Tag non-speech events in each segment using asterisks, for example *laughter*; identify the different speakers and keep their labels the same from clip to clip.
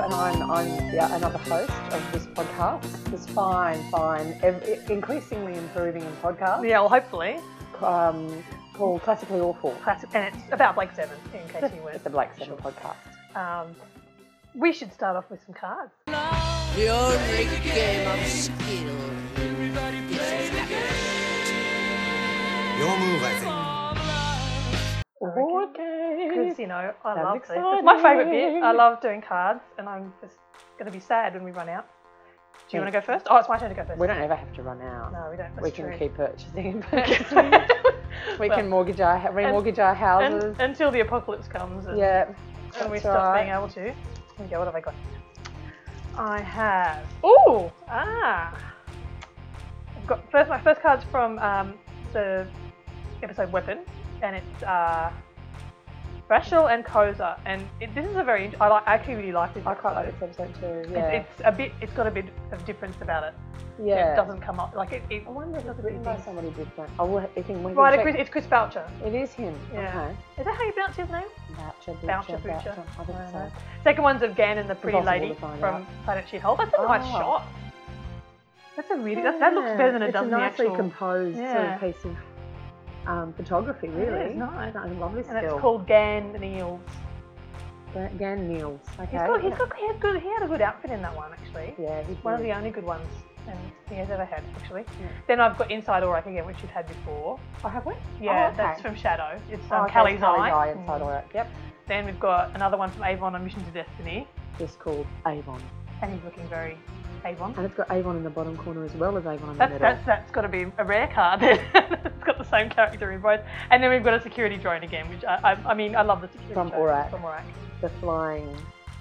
Speaker 1: I'm yeah, another host of this podcast. It's fine, fine. Ev- increasingly improving in podcast.
Speaker 2: Yeah, well, hopefully.
Speaker 1: Um, called Classically Awful.
Speaker 2: Classic, and it's about Blake Seven, in case
Speaker 1: *laughs*
Speaker 2: you weren't.
Speaker 1: It's a Blake
Speaker 2: sure.
Speaker 1: Seven podcast.
Speaker 2: Um, we should start off with some cards.
Speaker 3: The only game of skill.
Speaker 4: Your move, I think.
Speaker 1: Okay.
Speaker 2: Because, you know, I
Speaker 1: Sounds
Speaker 2: love these. It's my favourite bit. I
Speaker 1: exciting.
Speaker 2: love doing cards, and I'm just going to be sad when we run out. Do you want to go first? Oh, it's my turn to go first.
Speaker 1: We don't ever have to run out.
Speaker 2: No, we don't. That's
Speaker 1: we can
Speaker 2: true. *laughs*
Speaker 1: keep *laughs* purchasing. we
Speaker 2: Well,
Speaker 1: can mortgage our remortgage our houses.
Speaker 2: un- until the apocalypse comes and,
Speaker 1: yeah.
Speaker 2: and we
Speaker 1: that's
Speaker 2: stop
Speaker 1: right.
Speaker 2: being able to. Here we go, what have I got? I have. Ooh! Ah! I've got first my first card's from um, the episode Weapon, and it's uh, Rational and Koza. And it, this is a very. I, like, I actually really like this.
Speaker 1: I quite like
Speaker 2: episode.
Speaker 1: this
Speaker 2: *laughs*
Speaker 1: episode too.
Speaker 2: It's-
Speaker 1: Yeah.
Speaker 2: It's, a bit. It's got a bit of difference about it.
Speaker 1: yeah.
Speaker 2: It doesn't come up like it. it
Speaker 1: I wonder if
Speaker 2: it
Speaker 1: it's
Speaker 2: doesn't
Speaker 1: written
Speaker 2: do
Speaker 1: by
Speaker 2: things.
Speaker 1: somebody different. I will, I think we can
Speaker 2: Right,
Speaker 1: check-
Speaker 2: it's Chris Boucher.
Speaker 1: It is him.
Speaker 2: Yeah.
Speaker 1: Okay.
Speaker 2: Is that how you pronounce his name?
Speaker 1: Voucher,
Speaker 2: Voucher,
Speaker 1: voucher,
Speaker 2: Boucher.
Speaker 1: voucher. I think
Speaker 2: I don't
Speaker 1: so.
Speaker 2: know. Second one's of Gan and the pretty
Speaker 1: Impossible
Speaker 2: lady
Speaker 1: to find
Speaker 2: from Planet Shithole. That's a nice
Speaker 1: Oh.
Speaker 2: shot. Ah. That's a really that, that looks
Speaker 1: Yeah,
Speaker 2: better than it
Speaker 1: it's
Speaker 2: does
Speaker 1: a
Speaker 2: in the
Speaker 1: nicely
Speaker 2: actual.
Speaker 1: composed
Speaker 2: Yeah.
Speaker 1: sort of piece of um, photography, really.
Speaker 2: It is nice.
Speaker 1: I love this
Speaker 2: And it's
Speaker 1: still.
Speaker 2: called Gan Neals.
Speaker 1: Gan- Gan Neals. Okay.
Speaker 2: He's got, he's got, he had good, he had a good outfit in that one actually.
Speaker 1: yeah, he
Speaker 2: One of
Speaker 1: did.
Speaker 2: the only good ones and he has ever had actually.
Speaker 1: Yeah.
Speaker 2: Then I've got Inside Orac again, which you've had before.
Speaker 1: Oh, have we?
Speaker 2: Yeah,
Speaker 1: Oh, okay.
Speaker 2: that's from Shadow. It's
Speaker 1: Oh,
Speaker 2: um,
Speaker 1: okay,
Speaker 2: Callie's
Speaker 1: Callie's
Speaker 2: Eye.
Speaker 1: Eye inside
Speaker 2: Mm.
Speaker 1: all right. Yep.
Speaker 2: Then we've got another one from Avon on Mission to Destiny,
Speaker 1: It's called Avon.
Speaker 2: and he's looking very Avon.
Speaker 1: And it's got Avon in the bottom corner as well as Avon in the
Speaker 2: That's,
Speaker 1: middle.
Speaker 2: that's, that's got to be a rare card *laughs* then. it's got the same character in both. And then we've got a security drone again, which I, I, I mean, I love the security
Speaker 1: From
Speaker 2: drone.
Speaker 1: Aurak.
Speaker 2: From Aurak.
Speaker 1: the flying.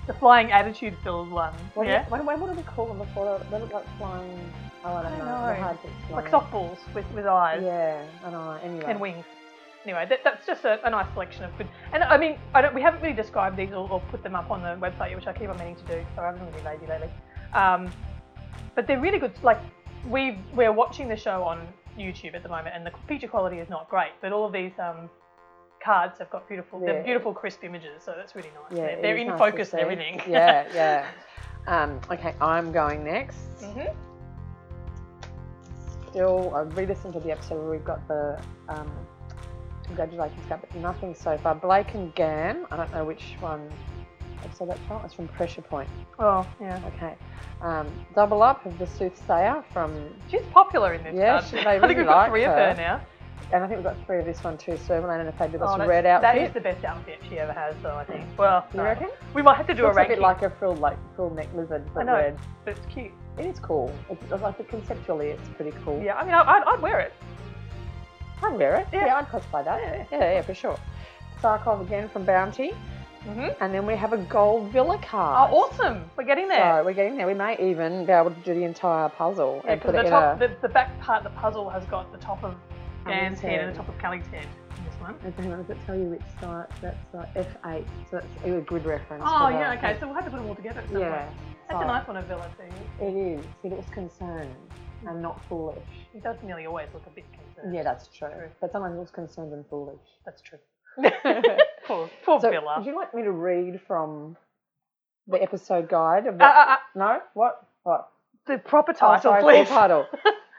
Speaker 2: The flying attitude filled one.
Speaker 1: What,
Speaker 2: yeah.
Speaker 1: do you, what, what do they call them before? They look like flying. Oh, I don't
Speaker 2: I
Speaker 1: know.
Speaker 2: know.
Speaker 1: They're hard to explain.
Speaker 2: Like softballs with, with eyes
Speaker 1: Yeah, I know. Anyway.
Speaker 2: and wings. Anyway, that, that's just a, a nice selection of good. And I mean, I don't, we haven't really described these or, or put them up on the website yet, which I keep on meaning to do, so I haven't really been lazy lately. Um, but they're really good. Like we we're watching the show on YouTube at the moment, and the picture quality is not great. But all of these um, cards have got beautiful,
Speaker 1: Yeah.
Speaker 2: they're beautiful crisp images, so that's really nice.
Speaker 1: Yeah,
Speaker 2: they're
Speaker 1: it
Speaker 2: they're
Speaker 1: is
Speaker 2: in
Speaker 1: nice to
Speaker 2: focus and
Speaker 1: see.
Speaker 2: everything. *laughs*
Speaker 1: yeah, yeah. Um, okay, I'm going next.
Speaker 2: Mhm.
Speaker 1: Still, I re-listened to the episode where we've got the um, congratulations card, but nothing so far. Blake and Gam. I don't know which one episode that's from. It's from Pressure Point.
Speaker 2: oh yeah,
Speaker 1: Okay. Um, double up of the Soothsayer from,
Speaker 2: she's popular in this
Speaker 1: Yeah,
Speaker 2: card.
Speaker 1: she-
Speaker 2: *laughs*
Speaker 1: they
Speaker 2: I think
Speaker 1: really
Speaker 2: we've got
Speaker 1: like
Speaker 2: three
Speaker 1: her.
Speaker 2: of her now.
Speaker 1: and I think we've got three of this one too. Serverland and a fabulous
Speaker 2: that's-
Speaker 1: red
Speaker 2: Oh, That is
Speaker 1: outfit.
Speaker 2: the best outfit she ever has, though. I think. Well,
Speaker 1: you
Speaker 2: no.
Speaker 1: reckon?
Speaker 2: we might have to do
Speaker 1: Looks
Speaker 2: a
Speaker 1: a
Speaker 2: ranking.
Speaker 1: bit like a frilled, like frilled neck lizard, but
Speaker 2: I know.
Speaker 1: red.
Speaker 2: but it's cute.
Speaker 1: It is cool. It's, it's like conceptually, it's pretty cool.
Speaker 2: Yeah, I mean, I, I'd, I'd wear it.
Speaker 1: I'd wear it.
Speaker 2: Yeah.
Speaker 1: Yeah, I'd cosplay that.
Speaker 2: Yeah.
Speaker 1: Yeah, yeah, for sure. Sarkov again from Bounty.
Speaker 2: hmm
Speaker 1: And then we have a gold villa
Speaker 2: Oh,
Speaker 1: card.
Speaker 2: awesome! We're getting there.
Speaker 1: So we're getting there. We may even be able to do the entire puzzle
Speaker 2: Yeah,
Speaker 1: and
Speaker 2: because
Speaker 1: put
Speaker 2: the
Speaker 1: it in
Speaker 2: top,
Speaker 1: a.
Speaker 2: the, the back part of the puzzle has got the top of Dan's
Speaker 1: Callie's
Speaker 2: head and
Speaker 1: head.
Speaker 2: the top of Callie's head in this one.
Speaker 1: And hang on, does it tell you which site? That's like F8. So that's a grid reference.
Speaker 2: Oh
Speaker 1: for the-
Speaker 2: yeah, okay. So we'll have to put them all together at some
Speaker 1: yeah.
Speaker 2: point. That's a
Speaker 1: so
Speaker 2: nice one of Villa too.
Speaker 1: It is. He looks concerned and not foolish.
Speaker 2: He does nearly always look a bit concerned.
Speaker 1: Yeah, that's true.
Speaker 2: True.
Speaker 1: But someone looks concerned and foolish.
Speaker 2: *laughs* that's true. Poor, poor
Speaker 1: so,
Speaker 2: Villa.
Speaker 1: would you like me to read from the episode guide of
Speaker 2: Uh,
Speaker 1: what
Speaker 2: uh, uh,
Speaker 1: No, what? What?
Speaker 2: the proper
Speaker 1: Oh,
Speaker 2: title,
Speaker 1: sorry, full
Speaker 2: please. *laughs*
Speaker 1: title.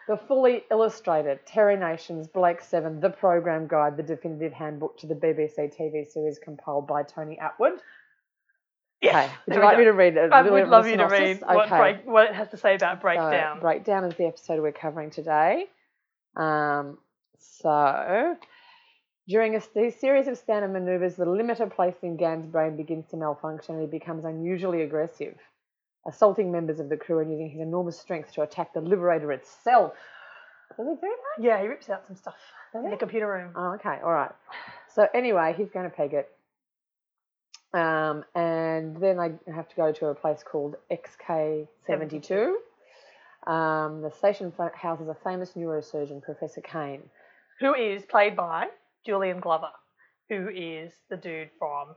Speaker 1: the fully illustrated Terry Nations Blake Seven: The Program Guide, the definitive handbook to the BBC TV series, compiled by Tony Atwood.
Speaker 2: Yes.
Speaker 1: Okay. Would
Speaker 2: there
Speaker 1: you
Speaker 2: we
Speaker 1: like
Speaker 2: go.
Speaker 1: me to read it?
Speaker 2: I would love you to read
Speaker 1: synopsis?
Speaker 2: what, break, what it has to say about breakdown.
Speaker 1: So, breakdown is the episode we're covering today. Um, so, during a s- series of standard maneuvers, the limiter placed in Gan's brain begins to malfunction and he becomes unusually aggressive, assaulting members of the crew and using his enormous strength to attack the Liberator itself. Does he do that?
Speaker 2: Yeah, he rips out some stuff
Speaker 1: Does
Speaker 2: in the
Speaker 1: he?
Speaker 2: computer room.
Speaker 1: Oh, okay, all right. So, anyway, he's going to peg it. Um, and then I have to go to a place called XK72. Um, the station fo- houses a famous neurosurgeon, Professor Kane.
Speaker 2: who is played by Julian Glover, who is the dude from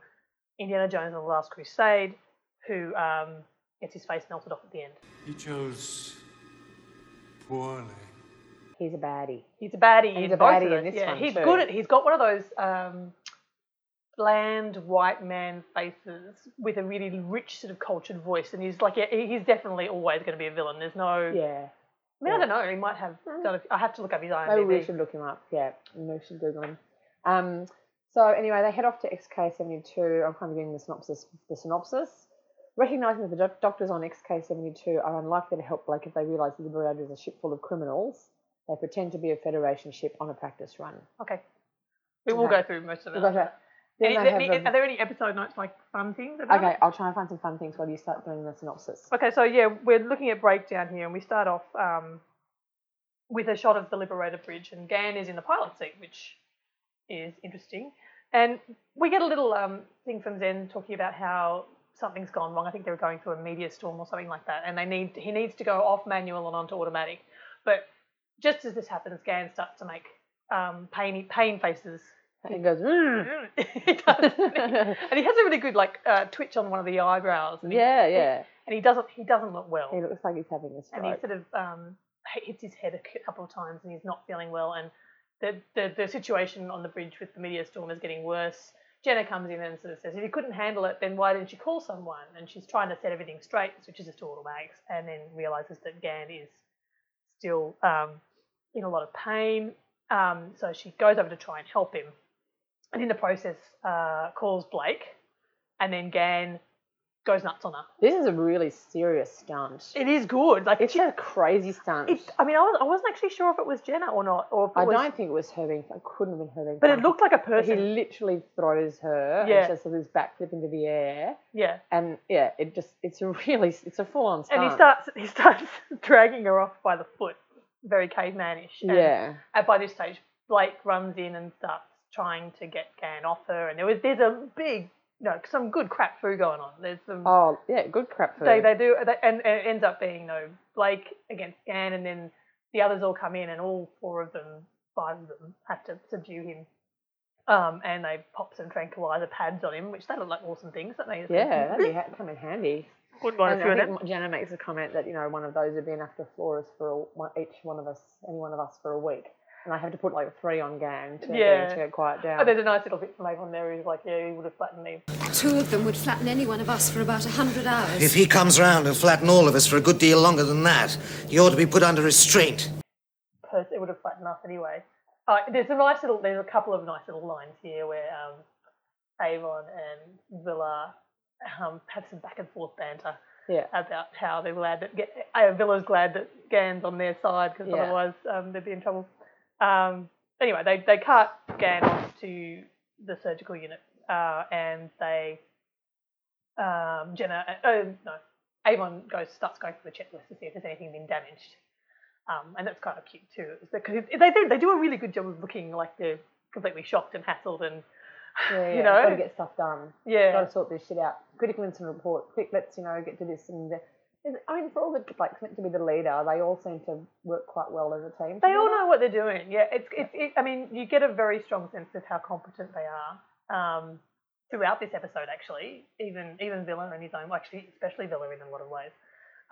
Speaker 2: Indiana Jones and the Last Crusade, who um, gets his face melted off at the end.
Speaker 4: You chose poorly.
Speaker 1: He's a baddie.
Speaker 2: He's a baddie.
Speaker 1: He's
Speaker 2: in
Speaker 1: a
Speaker 2: both of
Speaker 1: baddie in
Speaker 2: those.
Speaker 1: this
Speaker 2: yeah,
Speaker 1: one
Speaker 2: he's
Speaker 1: too.
Speaker 2: good at. He's got one of those um, bland white man faces with a really rich sort of cultured voice, and he's like, yeah, he- he's definitely always going to be a villain. There's no,
Speaker 1: Yeah. Mm.
Speaker 2: I mean, I don't know. He might have. done a- I have to look up his
Speaker 1: Maybe we
Speaker 2: IMDb.
Speaker 1: should look him up. Yeah, maybe we should Google him. Um, so anyway, they head off to XK72. I'm kind of giving the synopsis. The synopsis. Recognizing that the doc- doctors on XK72 are unlikely to help Blake if they realize that the Voyager is a ship full of criminals, they pretend to be a Federation ship on a practice run.
Speaker 2: Okay, we will go
Speaker 1: Okay.
Speaker 2: through most of it.
Speaker 1: We've got to- then
Speaker 2: Any-
Speaker 1: they
Speaker 2: any-
Speaker 1: have
Speaker 2: are
Speaker 1: a-
Speaker 2: there any episode notes like fun things? about it?
Speaker 1: okay, I'll try and find some fun things while you start doing the synopsis.
Speaker 2: Okay, so yeah, we're looking at breakdown here, and we start off um, with a shot of the Liberator Bridge, and Gan is in the pilot seat, which is interesting. And we get a little um, thing from Zen talking about how something's gone wrong. I think they're going through a media storm or something like that, and they need he needs to go off manual and onto automatic. But just as this happens, Gan starts to make um, pain pain faces. *laughs*
Speaker 1: And it goes,
Speaker 2: Mm-hmm.
Speaker 1: "Mm."
Speaker 2: he
Speaker 1: *laughs*
Speaker 2: does, and he has a really good like uh, twitch on one of the eyebrows. And he,
Speaker 1: yeah, yeah.
Speaker 2: and he doesn't he doesn't look well
Speaker 1: He looks like he's having a
Speaker 2: and he
Speaker 1: stroke.
Speaker 2: sort of um, h- hits his head a c- couple of times and he's not feeling well and the, the the situation on the bridge with the media storm is getting worse jenna comes in and sort of says if you couldn't handle it then why didn't you call someone and she's trying to set everything straight switches it to automatics and then realizes that gan is still um, in a lot of pain um, so she goes over to try and help him and in the process uh, calls blake and then gan goes nuts on her
Speaker 1: This is a really serious stunt.
Speaker 2: it is good like
Speaker 1: It's
Speaker 2: she-
Speaker 1: a crazy stunt.
Speaker 2: it, I mean, I, was, I wasn't actually sure if it was Jenna or not, or if it
Speaker 1: I
Speaker 2: was,
Speaker 1: don't think it was her being. It couldn't have been her being.
Speaker 2: but it
Speaker 1: funny.
Speaker 2: looked like a
Speaker 1: But He
Speaker 2: person.
Speaker 1: literally throws her
Speaker 2: Yeah.
Speaker 1: and just does this backflip into the air,
Speaker 2: yeah,
Speaker 1: and yeah, it just it's a *laughs* really it's a full on stunt.
Speaker 2: and he starts he starts *laughs* dragging her off by the foot, very cavemanish. And,
Speaker 1: Yeah,
Speaker 2: And by this stage, Blake runs in and starts trying to get Gan off her, and there was there's a big no some good crap foo going on. There's some
Speaker 1: oh yeah, good crap food.
Speaker 2: they they do they, and, and it ends up being you know Blake against Gan, and then the others all come in, and all four of them, five of them, have to subdue him. Um, and they pop some tranquilizer pads on him, which they look like awesome things, don't they?
Speaker 1: yeah, that'd be ha- come in handy.
Speaker 2: wouldn't mind
Speaker 1: And
Speaker 2: a few of
Speaker 1: I
Speaker 2: them.
Speaker 1: think Jenna makes a comment that you know one of those would be enough to floor us for a, one- each one of us, any one of us for a week, and I have to put like three on gang to
Speaker 2: Yeah.
Speaker 1: to get quiet down.
Speaker 2: Oh, there's a nice little bit from Avon there. He's like, yeah, he would have flattened me.
Speaker 5: Two of them would flatten any one of us for about a hundred hours.
Speaker 6: If he comes round and flatten all of us for a good deal longer than that, he ought to be put under restraint.
Speaker 2: pers- it would have flattened us anyway. Uh, there's a nice little, there's a couple of nice little lines here where um, Avon and Villa um, have some back and forth banter
Speaker 1: yeah,
Speaker 2: about how they're glad that Ga- uh, Villa's glad that Gan's on their side because
Speaker 1: Yeah.
Speaker 2: otherwise um, they'd be in trouble. Um, anyway, they they cart Gan off to the surgical unit uh, and they um, Jenna uh, oh, no Avon goes starts going through the checklist to see if there's anything been damaged. Um, and that's kind of cute too, because they do, they do a really good job of looking like they're completely shocked and hassled and
Speaker 1: yeah,
Speaker 2: you
Speaker 1: yeah.
Speaker 2: know.
Speaker 1: got to get stuff done.
Speaker 2: yeah,
Speaker 1: got to sort this shit out. Critical incident report. Quick, let's you know get to this. And the, I mean, for all the like meant to be the leader, they all seem to work quite well as a team.
Speaker 2: They all know what they're doing. Yeah, it's it's. It, I mean, you get a very strong sense of how competent they are um, throughout this episode. Actually, even even Villa in his own, well, actually, especially Villa in a lot of ways.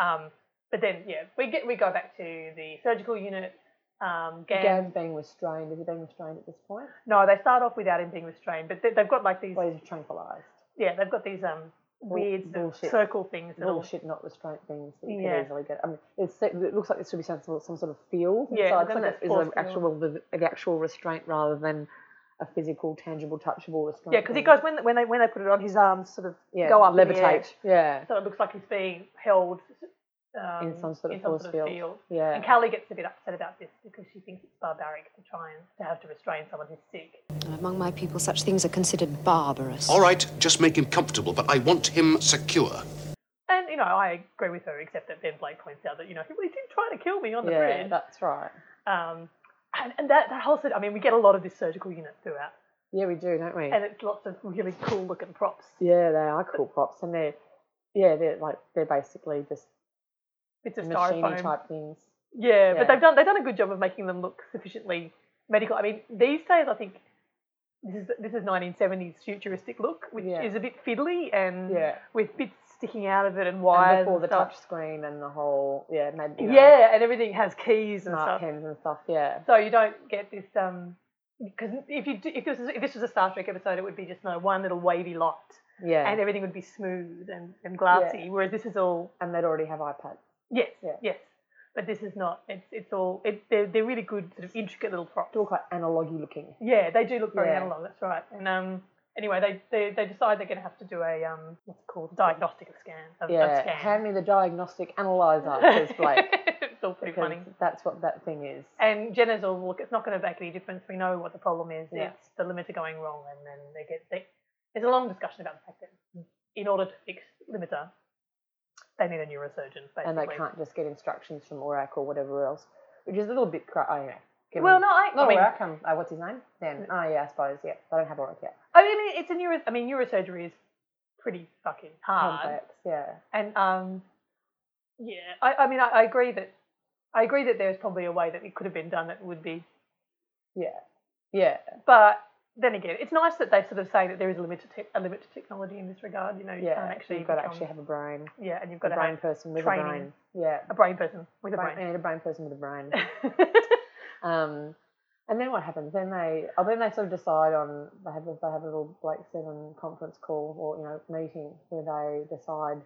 Speaker 2: Um, but then, yeah, we get we go back to the surgical unit. Um, Gan,
Speaker 1: Gav's being restrained. Is he being restrained at this point?
Speaker 2: No, they start off without him being restrained, but they, they've got like these.
Speaker 1: Or is he tranquilized?
Speaker 2: Yeah, they've got these um weird sort of
Speaker 1: bullshit.
Speaker 2: circle things that all
Speaker 1: Bullshit, not restraint things that you
Speaker 2: Yeah.
Speaker 1: can easily get. I mean, it's, it looks like this should be some, sort- some sort of field.
Speaker 2: Yeah,
Speaker 1: inside,
Speaker 2: it's like
Speaker 1: isn't
Speaker 2: a
Speaker 1: it? Is
Speaker 2: force
Speaker 1: an actual an actual restraint rather than a physical, tangible, touchable restraint.
Speaker 2: Yeah, because he
Speaker 1: thing.
Speaker 2: goes when when they when they put it on, his arms sort of
Speaker 1: yeah,
Speaker 2: go up in the air.
Speaker 1: levitate. Yeah,
Speaker 2: so it looks like he's being held um,
Speaker 1: in some sort of
Speaker 2: in
Speaker 1: force field. Yeah.
Speaker 2: And Callie gets a bit upset about this because she thinks it's barbaric to try and to have to restrain someone who's sick.
Speaker 5: Among my people, such things are considered barbarous.
Speaker 7: All right, just make him comfortable, but I want him secure.
Speaker 2: And you know, I agree with her, except that Ben Blake points out that you know he, he did try to kill me on the
Speaker 1: yeah,
Speaker 2: bridge.
Speaker 1: that's right.
Speaker 2: Um, and, and that that whole set. I mean, we get a lot of this surgical unit throughout,
Speaker 1: Yeah, we do, don't we?
Speaker 2: and it's lots of really cool looking props.
Speaker 1: Yeah, they are cool props, and they're yeah, they're like they're basically just
Speaker 2: Bits of
Speaker 1: machine
Speaker 2: styrofoam.
Speaker 1: type things.
Speaker 2: Yeah,
Speaker 1: Yeah.
Speaker 2: but they've done they've done a good job of making them look sufficiently medical. I mean, these days I think this is this is 1970s futuristic look, which
Speaker 1: Yeah.
Speaker 2: is a bit fiddly and
Speaker 1: Yeah.
Speaker 2: with bits sticking out of it and
Speaker 1: And
Speaker 2: wires
Speaker 1: before the
Speaker 2: and stuff.
Speaker 1: touch screen and the whole yeah, made, you know,
Speaker 2: yeah, and everything has keys and
Speaker 1: smart
Speaker 2: stuff.
Speaker 1: pens and stuff. Yeah,
Speaker 2: So you don't get this um because if you do, if this, was, if this was a Star Trek episode, it would be just no one little wavy light,
Speaker 1: Yeah.
Speaker 2: and everything would be smooth and, and glassy.
Speaker 1: Yeah.
Speaker 2: Whereas this is all
Speaker 1: and they'd already have iPads.
Speaker 2: yes,
Speaker 1: Yeah.
Speaker 2: yes, but this is not. It's it's all it, they're they're really good sort of intricate little props.
Speaker 1: They look like analogy looking.
Speaker 2: Yeah, they do look very
Speaker 1: Yeah.
Speaker 2: analog. That's right. And um, anyway, they, they they decide they're going to have to do a um, what's it called diagnostic scan. A, a
Speaker 1: Yeah.
Speaker 2: scan.
Speaker 1: Hand me the diagnostic analyzer, says Blake.
Speaker 2: *laughs* it's all pretty
Speaker 1: because
Speaker 2: funny.
Speaker 1: that's what that thing is.
Speaker 2: And Jenna's all look. It's not going to make any difference. We know what the problem is.
Speaker 1: Yeah.
Speaker 2: It's the limiter going wrong, and then they get they. There's a long discussion about the fact that in order to fix limiter, they need a neurosurgeon. Basically.
Speaker 1: and they can't just get instructions from Orac or whatever else, which is a little bit. Cr- oh, anyway. given-
Speaker 2: Well, no, I,
Speaker 1: Not
Speaker 2: I mean,
Speaker 1: Orac. Um, uh, what's his name? Dan. Oh, yeah, I suppose. Yeah, I don't have Orac yet.
Speaker 2: I mean, it's a neuro. I mean, neurosurgery is pretty fucking hard.
Speaker 1: Complex. Yeah.
Speaker 2: And um, yeah, I, I mean, I, I agree that I agree that there's probably a way that it could have been done that would be,
Speaker 1: Yeah. Yeah.
Speaker 2: but then again, it's nice that they sort of say that there is a limit to te- a limit to technology in this regard. You know, you
Speaker 1: Yeah.
Speaker 2: can't actually
Speaker 1: You've got to
Speaker 2: become-
Speaker 1: actually have a brain.
Speaker 2: yeah, and Um, you've
Speaker 1: A
Speaker 2: got to
Speaker 1: brain
Speaker 2: have
Speaker 1: person with
Speaker 2: training.
Speaker 1: a brain. Yeah.
Speaker 2: a brain person with a
Speaker 1: brain. I
Speaker 2: brain.
Speaker 1: need a brain person with a brain.
Speaker 2: *laughs*
Speaker 1: *laughs* Um, and then what happens? Then they, oh, then they sort of decide on they have they have a little Blake Seven conference call or you know meeting where they decide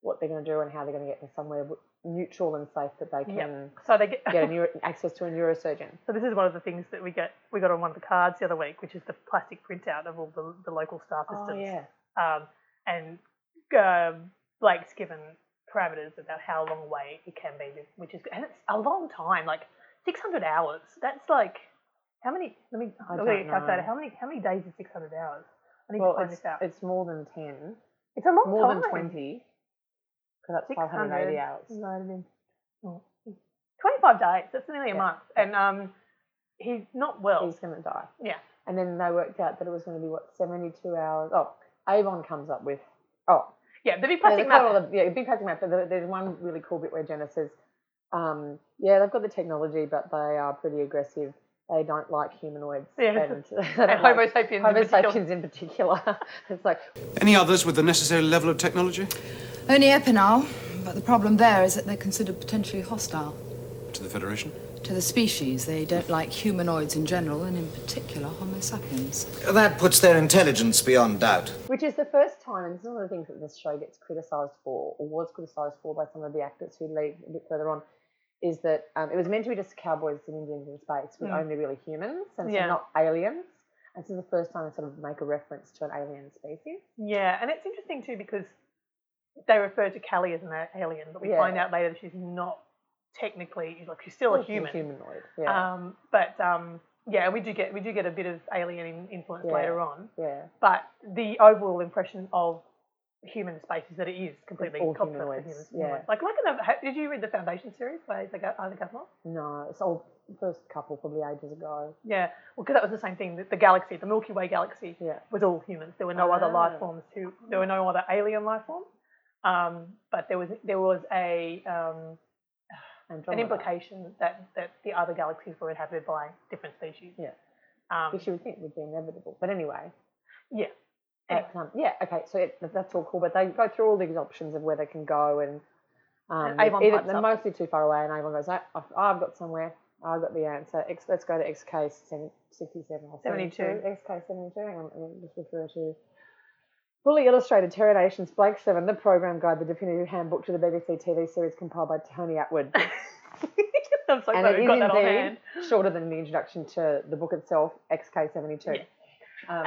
Speaker 1: what they're going to do and how they're going to get to somewhere w- neutral and safe that they can
Speaker 2: Yep. So they get,
Speaker 1: get a neuro, *laughs* access to a neurosurgeon.
Speaker 2: *laughs* so this is one of the things that we get we got on one of the cards the other week, which is the plastic printout of all the, the local star
Speaker 1: Oh,
Speaker 2: systems. um, and um Blake's given parameters about how long away it can be, which is and it's a long time, like 600 hours. That's like how many? Let me
Speaker 1: I
Speaker 2: I'll get a
Speaker 1: don't
Speaker 2: calculator.
Speaker 1: know.
Speaker 2: How many? How many days is 600 hours? I need
Speaker 1: Well,
Speaker 2: to find
Speaker 1: it's,
Speaker 2: this out. It's,
Speaker 1: it's more than ten,
Speaker 2: a long
Speaker 1: more
Speaker 2: time.
Speaker 1: than twenty, because that's five hundred eighty hours.
Speaker 2: divided in- oh, 25 days. That's nearly a
Speaker 1: Yeah.
Speaker 2: month, and um, he's not well.
Speaker 1: He's going to die.
Speaker 2: yeah,
Speaker 1: And then they worked out that it was going to be what seventy two hours. Oh, Avon comes up with oh
Speaker 2: yeah. The big
Speaker 1: Yeah, they
Speaker 2: plastic
Speaker 1: call
Speaker 2: map.
Speaker 1: it all the- yeah, big plastic map. But there- there's one really cool bit where Jenna says, um, "Yeah, they've got the technology, but they are pretty aggressive. They don't like humanoids
Speaker 2: Yeah.
Speaker 1: and, *laughs*
Speaker 2: And Homo sapiens in
Speaker 1: Homo
Speaker 2: particular."
Speaker 1: sapiens in particular. *laughs* it's like
Speaker 4: Any others with the necessary level of technology?
Speaker 8: Only Epinal, but the problem there is that they're considered potentially hostile
Speaker 4: To the Federation?
Speaker 8: to the species. They don't like humanoids in general, and in particular Homo sapiens.
Speaker 6: That puts their intelligence beyond doubt.
Speaker 1: Which is the first time, and this is one of the things that this show gets criticised for, or was criticised for by some of the actors who leave a bit further on, is that um, it was meant to be just cowboys and Indians in space with only really humans, and
Speaker 2: Hmm. Yeah.
Speaker 1: so not aliens. And this is the first time they sort of make a reference to an alien species.
Speaker 2: Yeah, and it's interesting too because they refer to Callie as an a- alien, but we
Speaker 1: Yeah.
Speaker 2: find out later that she's not technically she's like she's still a human.
Speaker 1: Humanoid, yeah.
Speaker 2: Um, but um, yeah, we do get we do get a bit of alien in- influence
Speaker 1: Yeah.
Speaker 2: later on.
Speaker 1: yeah.
Speaker 2: But the overall impression of human space is that it is completely
Speaker 1: all
Speaker 2: competent
Speaker 1: humanoids,
Speaker 2: for humans.
Speaker 1: yeah.
Speaker 2: humanoids. Like like in the, ha- did you read the Foundation series by Isaac Isaac Asimov?
Speaker 1: No, it's all first couple probably ages ago.
Speaker 2: Yeah, well, because that was the same thing. that The galaxy, the Milky Way galaxy,
Speaker 1: Yeah. Ah.
Speaker 2: was all humans. There were no other life forms. Who there were no other alien life forms. Um, but there was there was a um, an
Speaker 1: Andromeda.
Speaker 2: implication that, that the other galaxies were inhabited by different species.
Speaker 1: Yeah.
Speaker 2: Um,
Speaker 1: Which you would think would be inevitable, but anyway.
Speaker 2: yeah.
Speaker 1: But, um, yeah, okay, so it, that's all cool. But they go through all the options of where they can go, and, um,
Speaker 2: And Avon
Speaker 1: either-
Speaker 2: pipes
Speaker 1: they're
Speaker 2: up.
Speaker 1: mostly too far away, and Avon goes, "I- I've, I've got somewhere. I've got the answer. X, let's go to XK 7- 67 or 72.
Speaker 2: 72.
Speaker 1: XK 72. Hang on, let me just refer to. Fully illustrated Terra Nations Blake 7, the program guide, the definitive handbook to the BBC TV series compiled by Tony Atwood.
Speaker 2: *laughs* I'm so
Speaker 1: and
Speaker 2: glad
Speaker 1: it
Speaker 2: we've
Speaker 1: is
Speaker 2: got that on hand.
Speaker 1: indeed shorter than the introduction to the book itself, XK72. Um,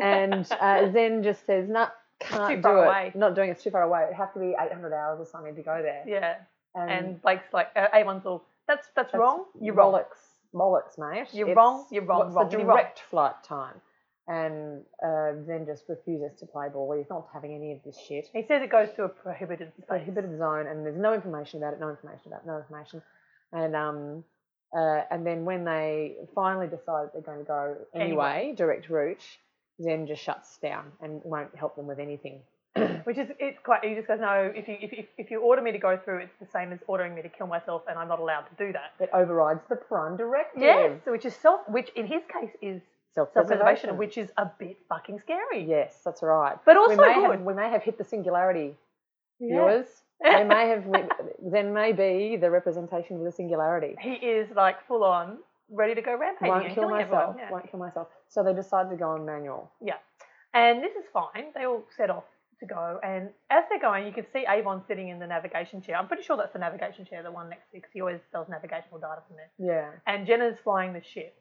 Speaker 1: and uh, Zen just says, "No, can't
Speaker 2: too
Speaker 1: do
Speaker 2: far
Speaker 1: it.
Speaker 2: away."
Speaker 1: Not doing it. It's too far away. It'd have to be 800 hours or something to go there."
Speaker 2: Yeah.
Speaker 1: And,
Speaker 2: And Blake's like uh, Avon's all that's that's,
Speaker 1: that's
Speaker 2: wrong. You're wrong.
Speaker 1: bollocks, bollocks, mate.
Speaker 2: You're
Speaker 1: It's-
Speaker 2: wrong, you're wrong,
Speaker 1: What's
Speaker 2: wrong,
Speaker 1: the
Speaker 2: you're
Speaker 1: direct
Speaker 2: wrong."
Speaker 1: flight time? And uh, Zen just refuses to play ball. He's not having any of this shit.
Speaker 2: He says it goes to a prohibited space.
Speaker 1: prohibited zone, and there's no information about it, no information about it, no information. And um, uh, and then when they finally decide that they're going to go anyway, direct route, Zen just shuts down and won't help them with anything.
Speaker 2: Which is it's quite. He just goes, no. If you if, if, if you order me to go through, it's the same as ordering me to kill myself, and I'm not allowed to do that.
Speaker 1: It overrides the prime directive.
Speaker 2: Yes, which is self, which in his case is
Speaker 1: Self-preservation.
Speaker 2: self-preservation, which is a bit fucking scary.
Speaker 1: Yes, that's right.
Speaker 2: But also
Speaker 1: we may have
Speaker 2: good.
Speaker 1: we may have hit the singularity.
Speaker 2: Yeah.
Speaker 1: Viewers,
Speaker 2: *laughs*
Speaker 1: they may have we- Zen may be the representation of the singularity.
Speaker 2: He is like full on ready to go rampaging
Speaker 1: won't
Speaker 2: and
Speaker 1: kill
Speaker 2: killing
Speaker 1: myself.
Speaker 2: everyone. Yeah.
Speaker 1: Won't kill myself. So they decide to go on manual.
Speaker 2: Yeah. And this is fine. They all set off to go. And as they're going, you can see Avon sitting in the navigation chair. I'm pretty sure that's the navigation chair, the one next to because he always sells navigational data from there.
Speaker 1: Yeah.
Speaker 2: And Jenna's flying the ship.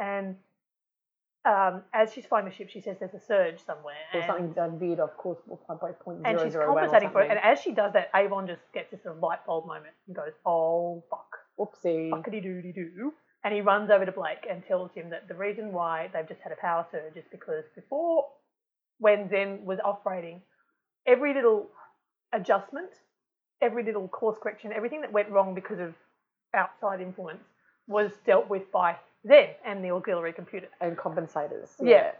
Speaker 2: And um, as she's flying the ship, she says there's a surge somewhere.
Speaker 1: Or
Speaker 2: and,
Speaker 1: something's done veered off course by point
Speaker 2: and
Speaker 1: zero
Speaker 2: she's
Speaker 1: zero one or
Speaker 2: compensating for it. And
Speaker 1: something.
Speaker 2: as she does that, Avon just gets this sort of light bulb moment and goes, oh, fuck
Speaker 1: Oopsie.
Speaker 2: fuckity doody doo. And he runs over to Blake and tells him that the reason why they've just had a power surge is because before, when Zen was operating, every little adjustment, every little course correction, everything that went wrong because of outside influence was dealt with by Zen and the auxiliary computer.
Speaker 1: And compensators.
Speaker 2: Yeah.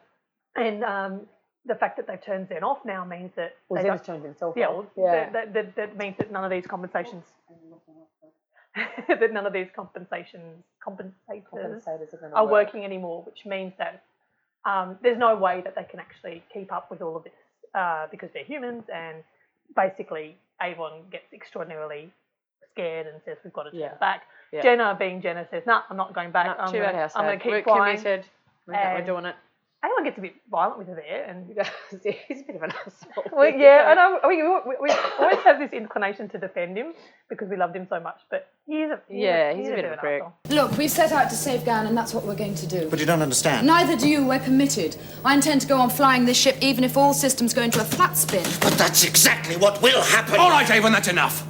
Speaker 2: And um, the fact that they've turned Zen off now means that
Speaker 1: Well,
Speaker 2: they
Speaker 1: Zen's
Speaker 2: don't-
Speaker 1: turned himself
Speaker 2: yeah,
Speaker 1: off.
Speaker 2: well, That, that, that means that none of these compensations. *laughs* that none of these compensations compensators,
Speaker 1: Compensators are gonna
Speaker 2: are
Speaker 1: work.
Speaker 2: working anymore, which means that um, there's no way that they can actually keep up with all of this uh, because they're humans and basically Avon gets extraordinarily scared and says we've got to turn
Speaker 1: Yeah.
Speaker 2: back.
Speaker 1: Yeah.
Speaker 2: Jenna, being Jenna, says no, I'm not going back.
Speaker 1: Nah,
Speaker 2: I'm
Speaker 1: too
Speaker 2: gonna-
Speaker 1: bad, house
Speaker 2: I'm going to
Speaker 1: dad.
Speaker 2: keep
Speaker 1: We're
Speaker 2: flying.
Speaker 1: committed. Okay,
Speaker 2: And-
Speaker 1: we're doing it.
Speaker 2: Avon gets a bit violent with her there, and
Speaker 1: Yeah, *laughs* He's a bit of an asshole.
Speaker 2: Well, yeah, and I, *laughs* we, we, we always have this inclination to defend him because we loved him so much, but he's a he's
Speaker 1: Yeah,
Speaker 2: a, he's, a bit of
Speaker 1: a
Speaker 2: an
Speaker 1: prick.
Speaker 2: asshole.
Speaker 5: Look, we've set out to save Gan, and that's what we're going to do.
Speaker 6: But you don't understand.
Speaker 5: Neither do you. We're committed. I intend to go on flying this ship even if all systems go into a flat spin.
Speaker 6: But that's exactly what will happen.
Speaker 4: All right, Avon, that's enough.